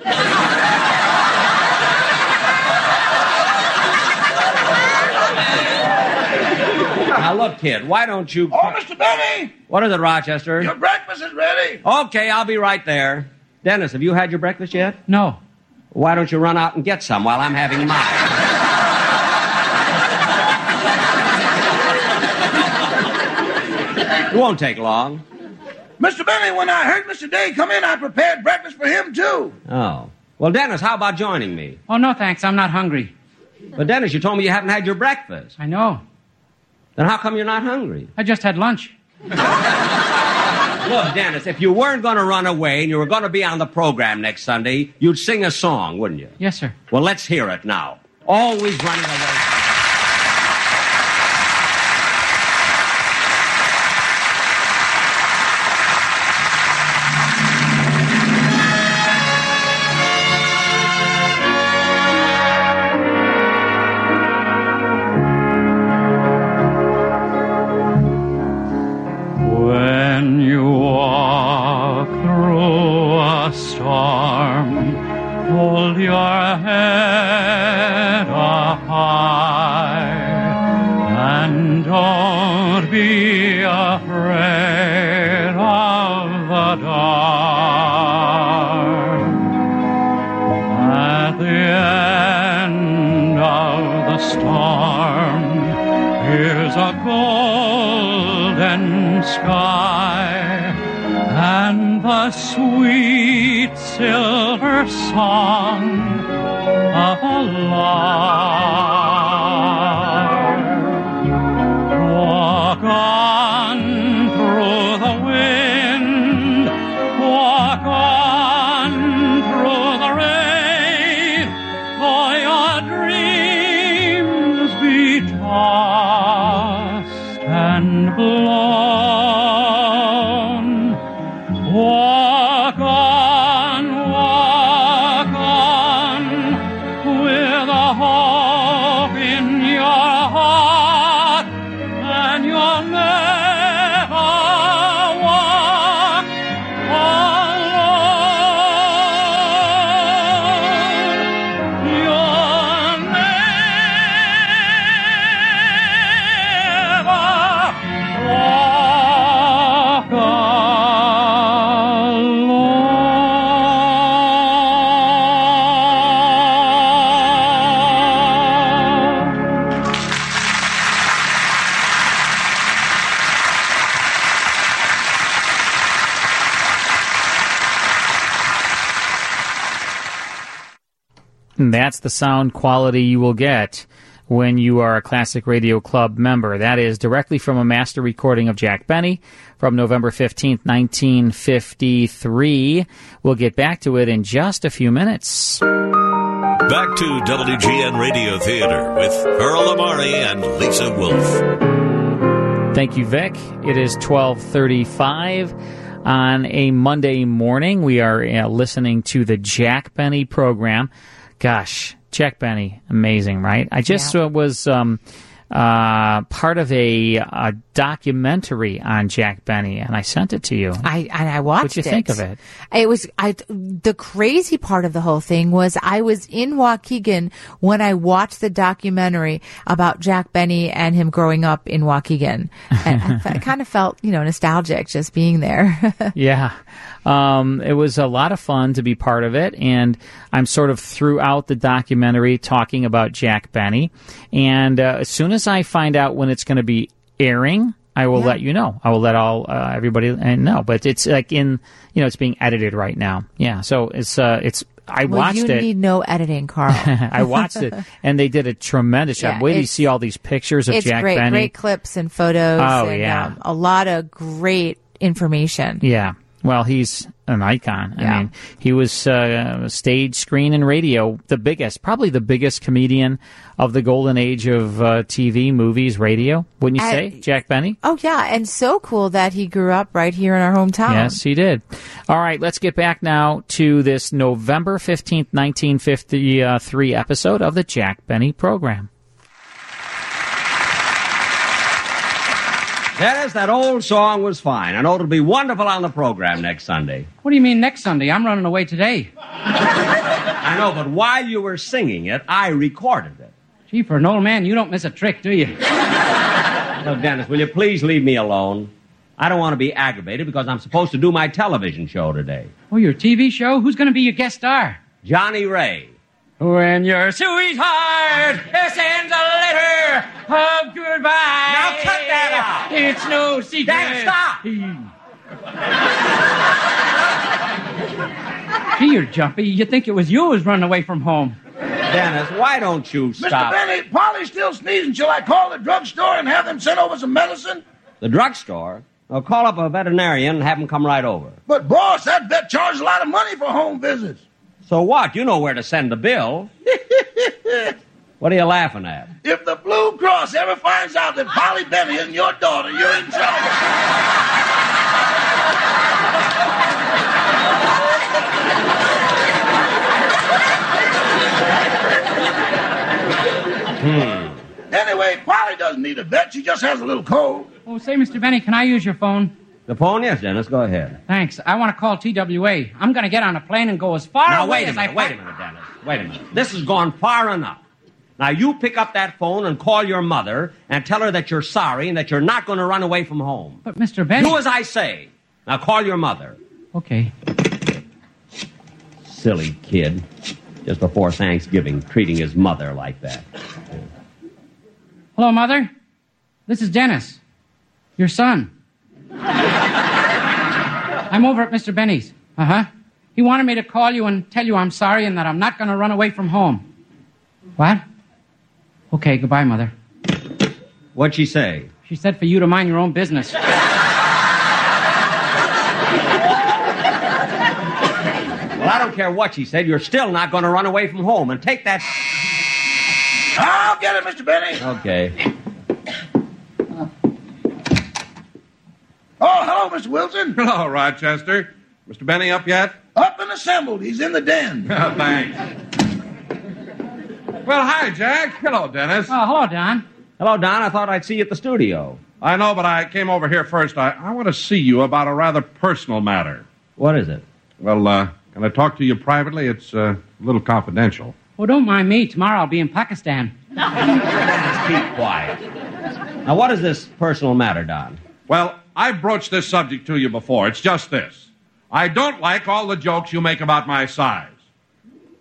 [SPEAKER 25] Now, look, kid, why don't you.
[SPEAKER 23] Oh, Mr. Benny,
[SPEAKER 25] What is it, Rochester?
[SPEAKER 23] your breakfast is ready.
[SPEAKER 25] Okay, I'll be right there. Dennis, have you had your breakfast yet?
[SPEAKER 4] No.
[SPEAKER 25] Why don't you run out and get some while I'm having mine? It won't take long.
[SPEAKER 23] Mr. Benny, when I heard Mr. Day come in, I prepared breakfast for him, too.
[SPEAKER 25] Oh. Well, Dennis, how about joining me?
[SPEAKER 4] Oh, no, thanks. I'm not hungry.
[SPEAKER 25] But, Dennis, you told me you haven't had your breakfast.
[SPEAKER 4] I know.
[SPEAKER 25] Then how come you're not hungry?
[SPEAKER 4] I just had lunch.
[SPEAKER 25] Look, Dennis, if you weren't going to run away and you were going to be on the program next Sunday, you'd sing a song, wouldn't you?
[SPEAKER 4] Yes, sir.
[SPEAKER 25] Well, let's hear it now. Always running away.
[SPEAKER 21] When you walk through a storm, hold your head up high and don't be afraid of the dark. At the end of the storm, here's a golden sky and the sweet silver song of a lark. Walk on through the wind, walk on through the rain, though your dreams be tossed and blown. Walk on, walk on, with a hope in your heart, and you'll never walk alone. You'll never walk alone.
[SPEAKER 15] And that's the sound quality you will get when you are a Classic Radio Club member. That is directly from a master recording of Jack Benny from November 15th, 1953. We'll get back to it in just a few minutes.
[SPEAKER 13] Back to WGN Radio Theater with Earl Amari and Lisa Wolf.
[SPEAKER 15] Thank you, Vic. It is 12:35 on a Monday morning. We are uh, listening to the Jack Benny program. Gosh, Jack Benny, amazing, right? I just uh, was um, uh, part of a, a documentary on Jack Benny, and I sent it to you.
[SPEAKER 16] I and I watched.
[SPEAKER 15] What'd you
[SPEAKER 16] it.
[SPEAKER 15] think of it?
[SPEAKER 16] It was I. The crazy part of the whole thing was I was in Waukegan when I watched the documentary about Jack Benny and him growing up in
[SPEAKER 15] [LAUGHS]
[SPEAKER 16] Waukegan, and I, fe- I kind of felt you know nostalgic just being there.
[SPEAKER 15] yeah. Um, it was a lot of fun to be part of it. And I'm sort of throughout the documentary talking about Jack Benny. And uh, as soon as I find out when it's going to be airing, I will let you know. I will let all uh, everybody uh, know. But it's like in, you know, it's being edited right now. Yeah. So it's, uh, it's, I
[SPEAKER 16] [LAUGHS] well,
[SPEAKER 15] watched
[SPEAKER 16] you
[SPEAKER 15] it.
[SPEAKER 16] need no editing, Carl.
[SPEAKER 15] [LAUGHS] I watched it, and they did a tremendous
[SPEAKER 16] [LAUGHS] Yeah,
[SPEAKER 15] job. Wait till you
[SPEAKER 16] it's-
[SPEAKER 15] see all these pictures of
[SPEAKER 16] it's
[SPEAKER 15] Jack
[SPEAKER 16] great,
[SPEAKER 15] Benny.
[SPEAKER 16] great clips and photos.
[SPEAKER 15] Oh,
[SPEAKER 16] and,
[SPEAKER 15] yeah.
[SPEAKER 16] um, a lot of great information.
[SPEAKER 15] Yeah. Well, he's an icon. I
[SPEAKER 16] Yeah.
[SPEAKER 15] mean, he was uh, stage, screen, and radio the biggest, probably the biggest comedian of the golden age of uh, TV, movies, radio. Wouldn't you
[SPEAKER 16] I-
[SPEAKER 15] say, Jack Benny?
[SPEAKER 16] Oh yeah, and so cool that he grew up right here in our hometown.
[SPEAKER 15] Yes, he did. All right, let's get back now to this November 15th, 1953 episode of the Jack Benny program.
[SPEAKER 25] Dennis, that old song was fine. I know it'll be wonderful on the program next Sunday.
[SPEAKER 4] What do you mean next Sunday? I'm running away today.
[SPEAKER 25] [LAUGHS] I know, but while you were singing it, I recorded it.
[SPEAKER 4] Gee, for an old man, you don't miss a trick,
[SPEAKER 25] [LAUGHS]
[SPEAKER 4] do you?
[SPEAKER 25] So, Dennis, will you please leave me alone? I don't want to be aggravated because I'm supposed to do my television show today.
[SPEAKER 4] Oh, your TV show? Who's going to be your guest star?
[SPEAKER 25] Johnny Ray.
[SPEAKER 4] When your sweetheart sends a letter of goodbye. Now cut that out. It's no secret.
[SPEAKER 25] Dad, stop.
[SPEAKER 4] Gee, you're jumpy. You think it was you who was running away from home.
[SPEAKER 25] Dennis, why don't you
[SPEAKER 23] Mr.
[SPEAKER 25] stop?
[SPEAKER 23] Benny, Polly still sneezes until I call the drugstore and have them send over some medicine. [LAUGHS]
[SPEAKER 25] The drugstore? Well, call up a veterinarian and have him come right over.
[SPEAKER 23] But boss, that vet charges a lot of money for home visits.
[SPEAKER 25] So what? You know where to send the bill. what are you laughing at?
[SPEAKER 23] If the Blue Cross ever finds out that Polly Benny isn't your daughter, you're in trouble.
[SPEAKER 25] Hmm.
[SPEAKER 23] Anyway, Polly doesn't need a vet. She just has a little cold.
[SPEAKER 4] Oh, say, Mr. Benny, can I use your phone?
[SPEAKER 25] The phone? Yes, Dennis, go ahead.
[SPEAKER 4] Thanks. I want to call TWA. I'm going to get on a plane and go as far
[SPEAKER 25] now,
[SPEAKER 4] away
[SPEAKER 25] wait a
[SPEAKER 4] as
[SPEAKER 25] minute,
[SPEAKER 4] I
[SPEAKER 25] wait a minute, Dennis. Wait a minute. This has gone far enough. Now, you pick up that phone and call your mother and tell her that you're sorry and that you're not going to run away from home.
[SPEAKER 4] But Mr. Benny.
[SPEAKER 25] Do as I say. Now, call your mother.
[SPEAKER 4] Okay.
[SPEAKER 25] Silly kid. Just before Thanksgiving, treating his mother like that.
[SPEAKER 4] Hello, Mother. This is Dennis, your son. I'm over at Mr. Benny's. Uh
[SPEAKER 25] Uh-huh.
[SPEAKER 4] huh. He wanted me to call you and tell you I'm sorry and that I'm not going to run away from home. What? Okay, goodbye, Mother.
[SPEAKER 25] What'd she say?
[SPEAKER 4] She said for you to mind your own business.
[SPEAKER 25] Well, I don't care what she said. You're still not going to run away from home and take that.
[SPEAKER 23] I'll get it, Mr. Benny.
[SPEAKER 25] Okay.
[SPEAKER 23] Oh, hello, Mr. Wilson.
[SPEAKER 6] [LAUGHS] Hello, Rochester. Mr. Benny up yet? Oh,
[SPEAKER 23] Up and assembled. He's in
[SPEAKER 6] [LAUGHS]
[SPEAKER 23] the den.
[SPEAKER 6] Thanks. Well, hi, Jack. Hello, Dennis.
[SPEAKER 4] Oh, hello, Don.
[SPEAKER 25] Hello, Don. I thought I'd see you at the studio.
[SPEAKER 6] I know, but I came over here first. I, I want to see you about a rather personal matter.
[SPEAKER 25] What is it?
[SPEAKER 6] Well, uh, can I talk to you privately? It's uh, a little confidential.
[SPEAKER 4] Oh, don't mind me. Tomorrow I'll be in Pakistan.
[SPEAKER 25] Keep quiet. Now, what is this personal matter, Don?
[SPEAKER 6] Well, I broached this subject to you before. It's just this. I don't like all the jokes you make about my size.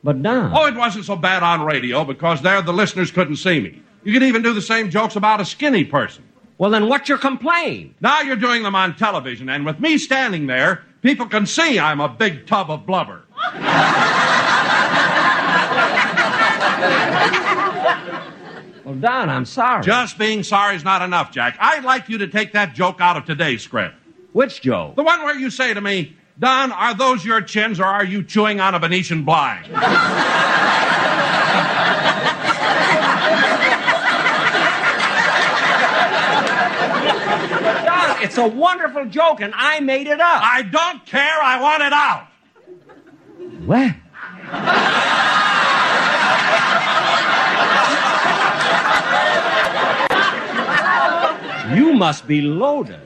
[SPEAKER 25] But, Don.
[SPEAKER 6] Oh, it wasn't so bad on radio because there the listeners couldn't see me. You could even do the same jokes about a skinny person.
[SPEAKER 25] Well, then what's your complaint?
[SPEAKER 6] Now you're doing them on television, and with me standing there, people can see I'm a big tub of blubber.
[SPEAKER 25] Well, Don, I'm sorry.
[SPEAKER 6] Just being sorry is not enough, Jack. I'd like you to take that joke out of today's script.
[SPEAKER 25] Which joke?
[SPEAKER 6] The one where you say to me, Don, are those your chins or are you chewing on a Venetian blind?
[SPEAKER 25] Don, it's a wonderful joke, and I made it up.
[SPEAKER 6] I don't care. I want it out.
[SPEAKER 25] What? must be loaded.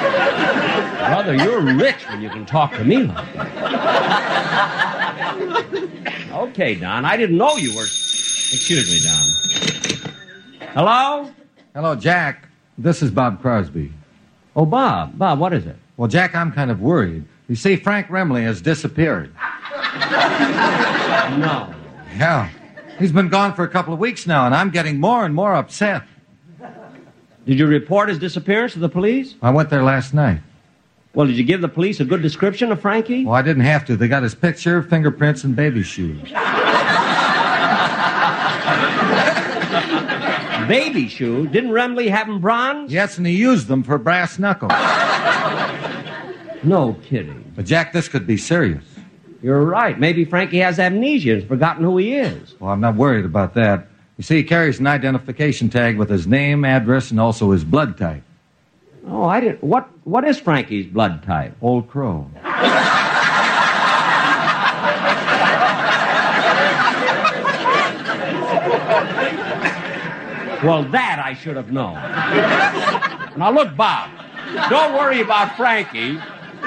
[SPEAKER 25] Brother, you're rich when you can talk to me like that. Okay, Don, I didn't know you were. Excuse me, Don. Hello?
[SPEAKER 8] Hello, Jack. This is Bob Crosby.
[SPEAKER 25] Oh, Bob. Bob, what is it?
[SPEAKER 8] Well, Jack, I'm kind of worried. You see, Frank Remley has disappeared.
[SPEAKER 25] No.
[SPEAKER 8] Yeah. He's been gone for a couple of weeks now, and I'm getting more and more upset.
[SPEAKER 25] Did you report his disappearance to the police?
[SPEAKER 8] I went there last night.
[SPEAKER 25] Well, did you give the police a good description of Frankie?
[SPEAKER 8] Well, I didn't have to. They got his picture, fingerprints, and baby shoes.
[SPEAKER 25] Baby shoe? Didn't Remley have them bronze?
[SPEAKER 8] Yes, and he used them for brass knuckles.
[SPEAKER 25] No kidding.
[SPEAKER 8] But, Jack, this could be serious.
[SPEAKER 25] You're right. Maybe Frankie has amnesia and has forgotten who he is.
[SPEAKER 8] Well, I'm not worried about that. You see, he carries an identification tag with his name, address, and also his blood type.
[SPEAKER 25] Oh, I didn't. What What is Frankie's blood type?
[SPEAKER 8] Old Crow.
[SPEAKER 25] Well, that I should have known. now, look, Bob, don't worry about Frankie.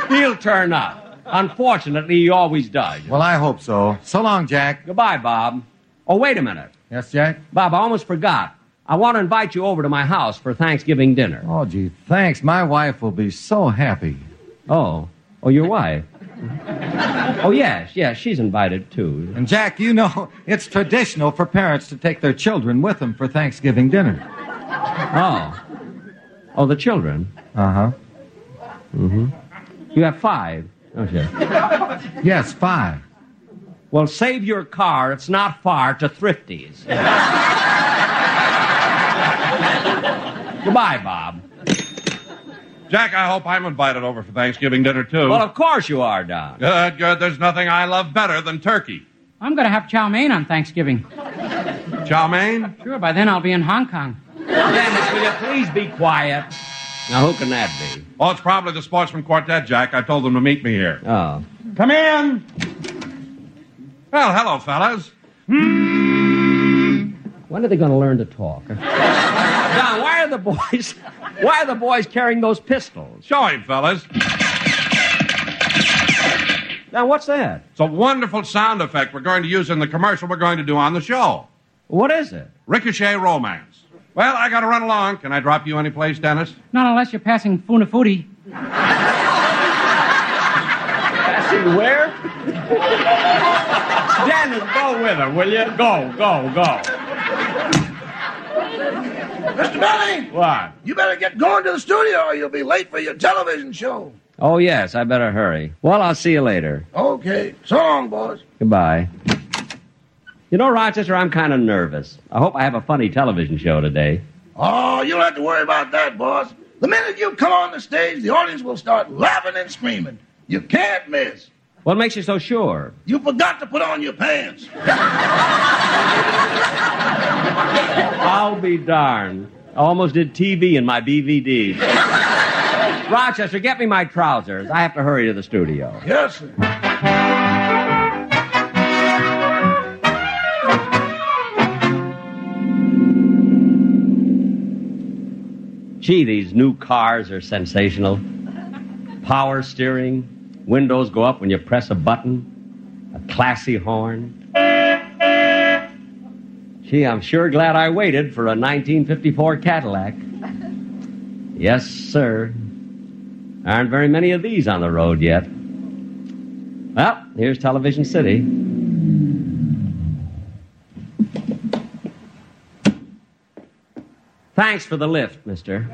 [SPEAKER 25] He'll turn up. Unfortunately, he always does.
[SPEAKER 8] Well, I hope so. So long, Jack.
[SPEAKER 25] Goodbye, Bob. Oh, wait a minute.
[SPEAKER 8] Yes, Jack?
[SPEAKER 25] Bob, I almost forgot. I want to invite you over to my house for Thanksgiving dinner.
[SPEAKER 8] Oh, gee, thanks. My wife will be so happy.
[SPEAKER 25] Oh, oh, your wife? oh, yes, yes, she's invited too.
[SPEAKER 8] And Jack, you know, it's traditional for parents to take their children with them for Thanksgiving dinner.
[SPEAKER 25] Oh. Oh, the children?
[SPEAKER 8] Uh huh.
[SPEAKER 25] Mm-hmm. You have five,
[SPEAKER 8] Oh,
[SPEAKER 25] don't you?
[SPEAKER 8] Yes, five.
[SPEAKER 25] Well, save your car. It's not far to Thrifty's. Goodbye, Bob.
[SPEAKER 6] Jack, I hope I'm invited over for Thanksgiving dinner, too.
[SPEAKER 25] Well, of course you are, Don.
[SPEAKER 6] Good, good. There's nothing I love better than turkey.
[SPEAKER 4] I'm going to have chow mein on Thanksgiving.
[SPEAKER 6] Chow mein?
[SPEAKER 4] Sure, by then I'll be in Hong Kong.
[SPEAKER 25] Dennis, will you please be quiet? Now, who can that be?
[SPEAKER 6] Oh, it's probably the Sportsman Quartet, Jack. I told them to meet me here.
[SPEAKER 25] Oh.
[SPEAKER 6] Come in. Well, hello, fellas.
[SPEAKER 25] Hmm. When are they going to learn to talk? [LAUGHS] Don, why are the boys... [LAUGHS] Why are the boys carrying those pistols?
[SPEAKER 6] Show him, fellas.
[SPEAKER 25] Now, what's that?
[SPEAKER 6] It's a wonderful sound effect we're going to use in the commercial we're going to do on the show.
[SPEAKER 25] What is it?
[SPEAKER 6] Ricochet Romance. Well, I got to run along. Can I drop you anyplace, Dennis?
[SPEAKER 4] Not unless you're passing Funafuti.
[SPEAKER 25] Passing where? Dennis, go with her, will you? Go, go, go.
[SPEAKER 23] Mr. Benny,
[SPEAKER 25] What?
[SPEAKER 23] you better get going to the studio or you'll be late for your television show.
[SPEAKER 25] Oh, yes, I better hurry. Well, I'll see you later.
[SPEAKER 23] Okay. So long, boys.
[SPEAKER 25] Goodbye. You know, Rochester, I'm kind of nervous. I hope I have a funny television show today.
[SPEAKER 23] Oh, you don't have to worry about that, boss. The minute you come on the stage, the audience will start laughing and screaming. You can't miss.
[SPEAKER 25] What makes you so sure?
[SPEAKER 23] You forgot to put on your pants.
[SPEAKER 25] [LAUGHS] I'll be darned. I almost did TV in my BVD. Rochester, get me my trousers. I have to hurry to the studio.
[SPEAKER 23] Yes, sir.
[SPEAKER 25] Gee, these new cars are sensational. Power steering, windows go up when you press a button, a classy horn. Gee, I'm sure glad I waited for a 1954 Cadillac. Yes, sir. Aren't very many of these on the road yet. Well, here's Television City. Thanks for the lift, mister.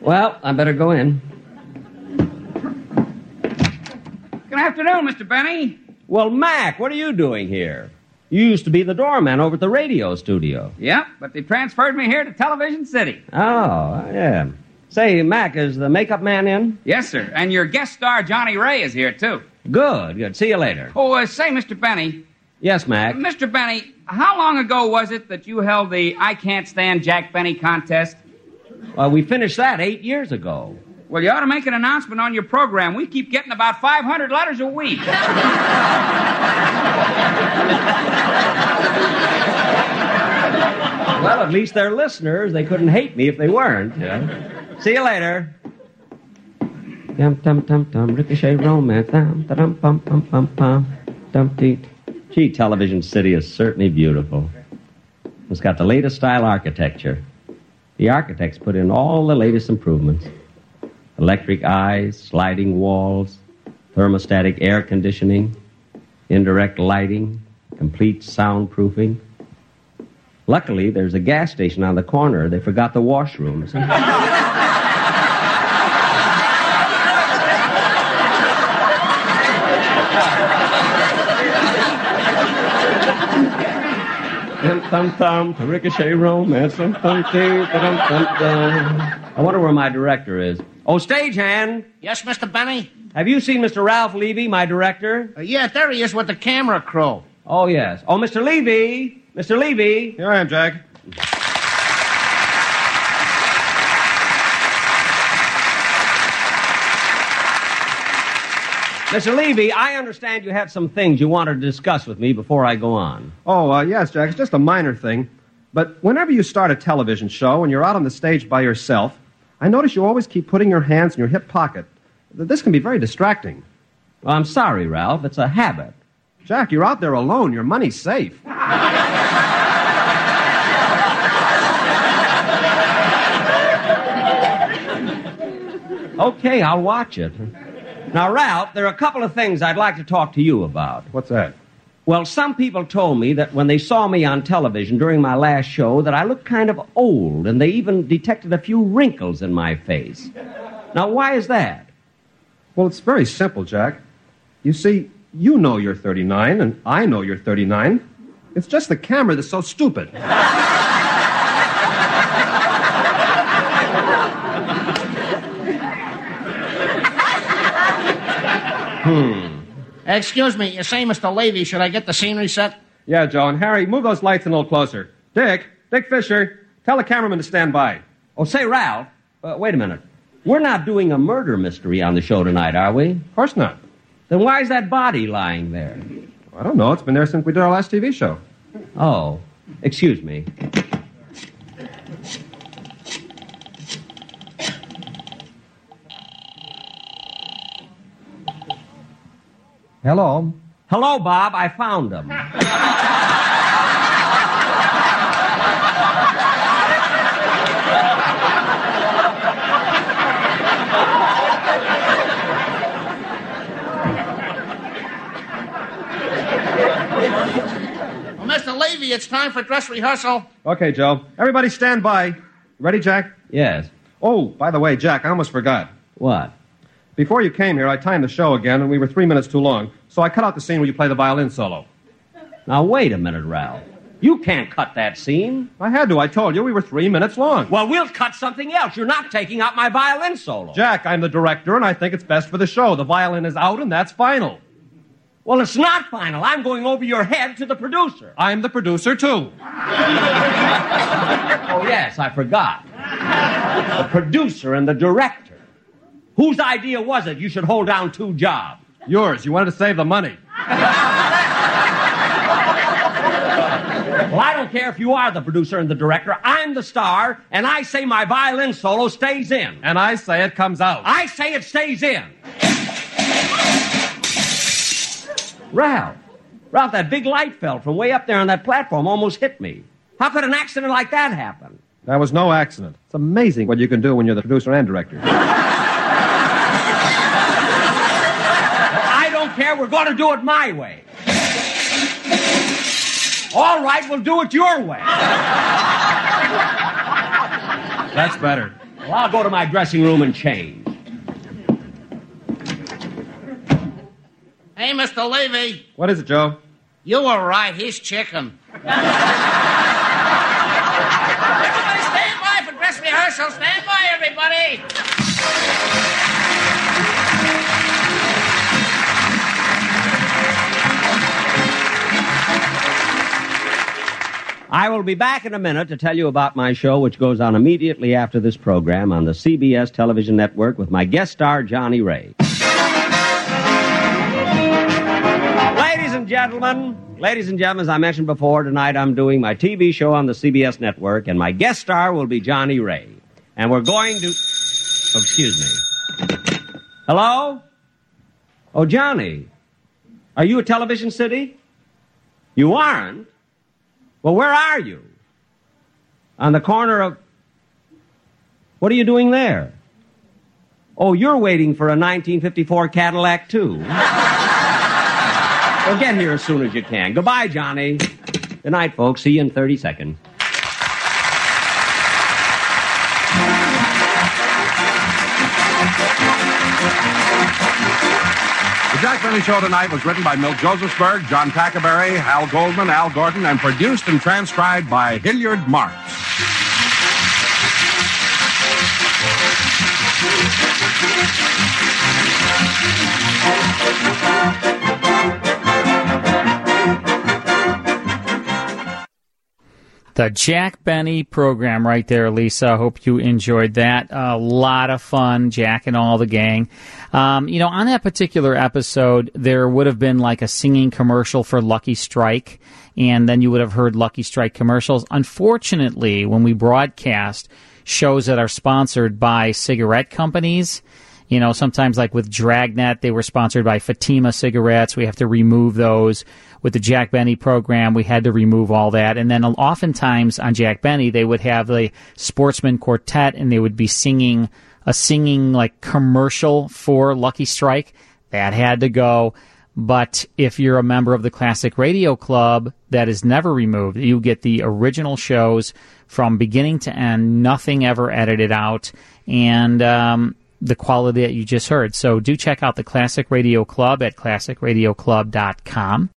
[SPEAKER 25] well, I better go in.
[SPEAKER 24] Good afternoon, Mr. Benny.
[SPEAKER 25] Well, Mac, what are you doing here? You used to be the doorman over at the radio studio.
[SPEAKER 24] Yep, but they transferred me here to Television City.
[SPEAKER 25] Oh, yeah. Say, Mac, is the makeup man in?
[SPEAKER 24] Yes, sir. And your guest star, Johnny Ray, is here, too.
[SPEAKER 25] Good, good. See you later.
[SPEAKER 24] Oh, uh, say, Mr. Benny.
[SPEAKER 25] Yes, Mac.
[SPEAKER 24] Mr. Benny, how long ago was it that you held the I Can't Stand Jack Benny contest?
[SPEAKER 25] Uh, we finished that eight years ago.
[SPEAKER 24] Well, you ought to make an announcement on your program. We keep getting about 500 letters a week.
[SPEAKER 25] Well, at least they're listeners. They couldn't hate me if they weren't. Yeah. See you later. Dum dum dum dum ricochet romance. Dum dum pum pum pum pum. Dum dee. Gee, Television City is certainly beautiful. It's got the latest style architecture. The architects put in all the latest improvements: electric eyes, sliding walls, thermostatic air conditioning, indirect lighting, complete soundproofing. Luckily, there's a gas station on the corner. They forgot the washrooms. Dum dum dum, to ricochet romance. Dum dum dee, dum dum dum. I wonder where my director is. Oh, stagehand,
[SPEAKER 11] Yes, Mr. Benny?
[SPEAKER 25] have you seen Mr. Ralph Levy, my director?
[SPEAKER 11] Uh, yeah, there he is with the camera crew.
[SPEAKER 25] Oh yes. Oh, Mr. Levy, Mr. Levy.
[SPEAKER 6] Here I am, Jack.
[SPEAKER 25] Mr. Levy, I understand you have some things you wanted to discuss with me before I go on.
[SPEAKER 12] Oh, uh, yes, Jack. It's just a minor thing. But whenever you start a television show and you're out on the stage by yourself, I notice you always keep putting your hands in your hip pocket. Th- This can be very distracting.
[SPEAKER 25] Well, I'm sorry, Ralph. It's a habit.
[SPEAKER 12] Jack, you're out there alone. Your money's safe.
[SPEAKER 25] Okay, I'll watch it. Now, Ralph, there are a couple of things I'd like to talk to you about.
[SPEAKER 12] What's that?
[SPEAKER 25] Well, some people told me that when they saw me on television during my last show that I looked kind of old, and they even detected a few wrinkles in my face. Now, why is that?
[SPEAKER 12] Well, it's very simple, Jack. You see, you know you're 39, and I know you're 39. It's just the camera that's so stupid.
[SPEAKER 25] Hmm.
[SPEAKER 11] Excuse me, you say, Mr. Levy, should I get the scenery set?
[SPEAKER 12] Yeah, Joe and Harry, move those lights in a little closer. Dick, Dick Fisher, tell the cameraman to stand by.
[SPEAKER 25] Oh, say, Ralph, uh, wait a minute. We're not doing a murder mystery on the show tonight, are we? Of
[SPEAKER 12] course not.
[SPEAKER 25] Then why is that body lying there?
[SPEAKER 12] I don't know. It's been there since we did our last TV show.
[SPEAKER 25] Oh, excuse me.
[SPEAKER 8] Hello.
[SPEAKER 25] Hello, Bob. I found him.
[SPEAKER 11] Well, Mr. Levy, it's time for dress rehearsal.
[SPEAKER 12] Okay, Joe. Everybody stand by. Ready, Jack?
[SPEAKER 25] Yes.
[SPEAKER 12] Oh, by the way, Jack, I almost forgot.
[SPEAKER 25] What?
[SPEAKER 12] Before you came here, I timed the show again, and we were three minutes too long, so I cut out the scene where you play the violin solo.
[SPEAKER 25] Now, wait a minute, Ralph. You can't cut that scene.
[SPEAKER 12] I had to. I told you we were three minutes long.
[SPEAKER 25] Well, we'll cut something else. You're not taking out my violin solo.
[SPEAKER 12] Jack, I'm the director, and I think it's best for the show. The violin is out, and that's final.
[SPEAKER 25] Well, it's not final. I'm going over your head to the producer.
[SPEAKER 12] I'm the producer, too.
[SPEAKER 25] Oh, yes, I forgot. The producer and the director. Whose idea was it you should hold down two jobs?
[SPEAKER 12] Yours. You wanted to save the money.
[SPEAKER 25] Well, I don't care if you are the producer and the director. I'm the star, and I say my violin solo stays in.
[SPEAKER 12] And I say it comes out.
[SPEAKER 25] I say it stays in. Ralph, Ralph, that big light fell from way up there on that platform, almost hit me. How could an accident like that happen?
[SPEAKER 12] That was no accident. It's amazing what you can do when you're the producer and director.
[SPEAKER 25] I don't care. We're going to do it my way. All right, we'll do it your way.
[SPEAKER 12] That's better.
[SPEAKER 25] Well, I'll go to my dressing room and change.
[SPEAKER 11] Hey, Mr. Levy,
[SPEAKER 12] What is it, Joe?
[SPEAKER 11] you were right. He's chicken. Everybody stand by for dress rehearsal. Stand by, everybody. everybody.
[SPEAKER 25] I will be back in a minute to tell you about my show, which goes on immediately after this program on the CBS television network with my guest star, Johnny Ray. Ladies and gentlemen, ladies and gentlemen, as I mentioned before, tonight I'm doing my TV show on the CBS network, and my guest star will be Johnny Ray. And we're going to. Oh, excuse me. Hello? Oh, Johnny, are you a television city? You aren't? Well, where are you? On the corner of. What are you doing there? Oh, you're waiting for a 1954 Cadillac, too. [LAUGHS] well, get here as soon as you can. Goodbye, Johnny. Good night, folks. See you in 30 seconds.
[SPEAKER 6] The Jack Benny Show tonight was written by Milt Josephsberg, John Tackerberry, Hal Goldman, Al Gordon, and produced and transcribed by Hilliard Marks.
[SPEAKER 15] The Jack Benny program right there, Lisa. I hope you enjoyed that. A lot of fun, Jack and all the gang. Um, you know, on that particular episode, there would have been like a singing commercial for Lucky Strike, and then you would have heard Lucky Strike commercials. Unfortunately, when we broadcast shows that are sponsored by cigarette companies, you know, sometimes like with Dragnet, they were sponsored by Fatima cigarettes. We have to remove those. With the Jack Benny program, we had to remove all that. And then uh, oftentimes on Jack Benny, they would have the sportsman quartet and they would be singing a singing like commercial for Lucky Strike. That had to go. But if you're a member of the Classic Radio Club, that is never removed. You get the original shows from beginning to end, nothing ever edited out. And, um, the quality that you just heard. So do check out the Classic Radio Club at classicradioclub.com.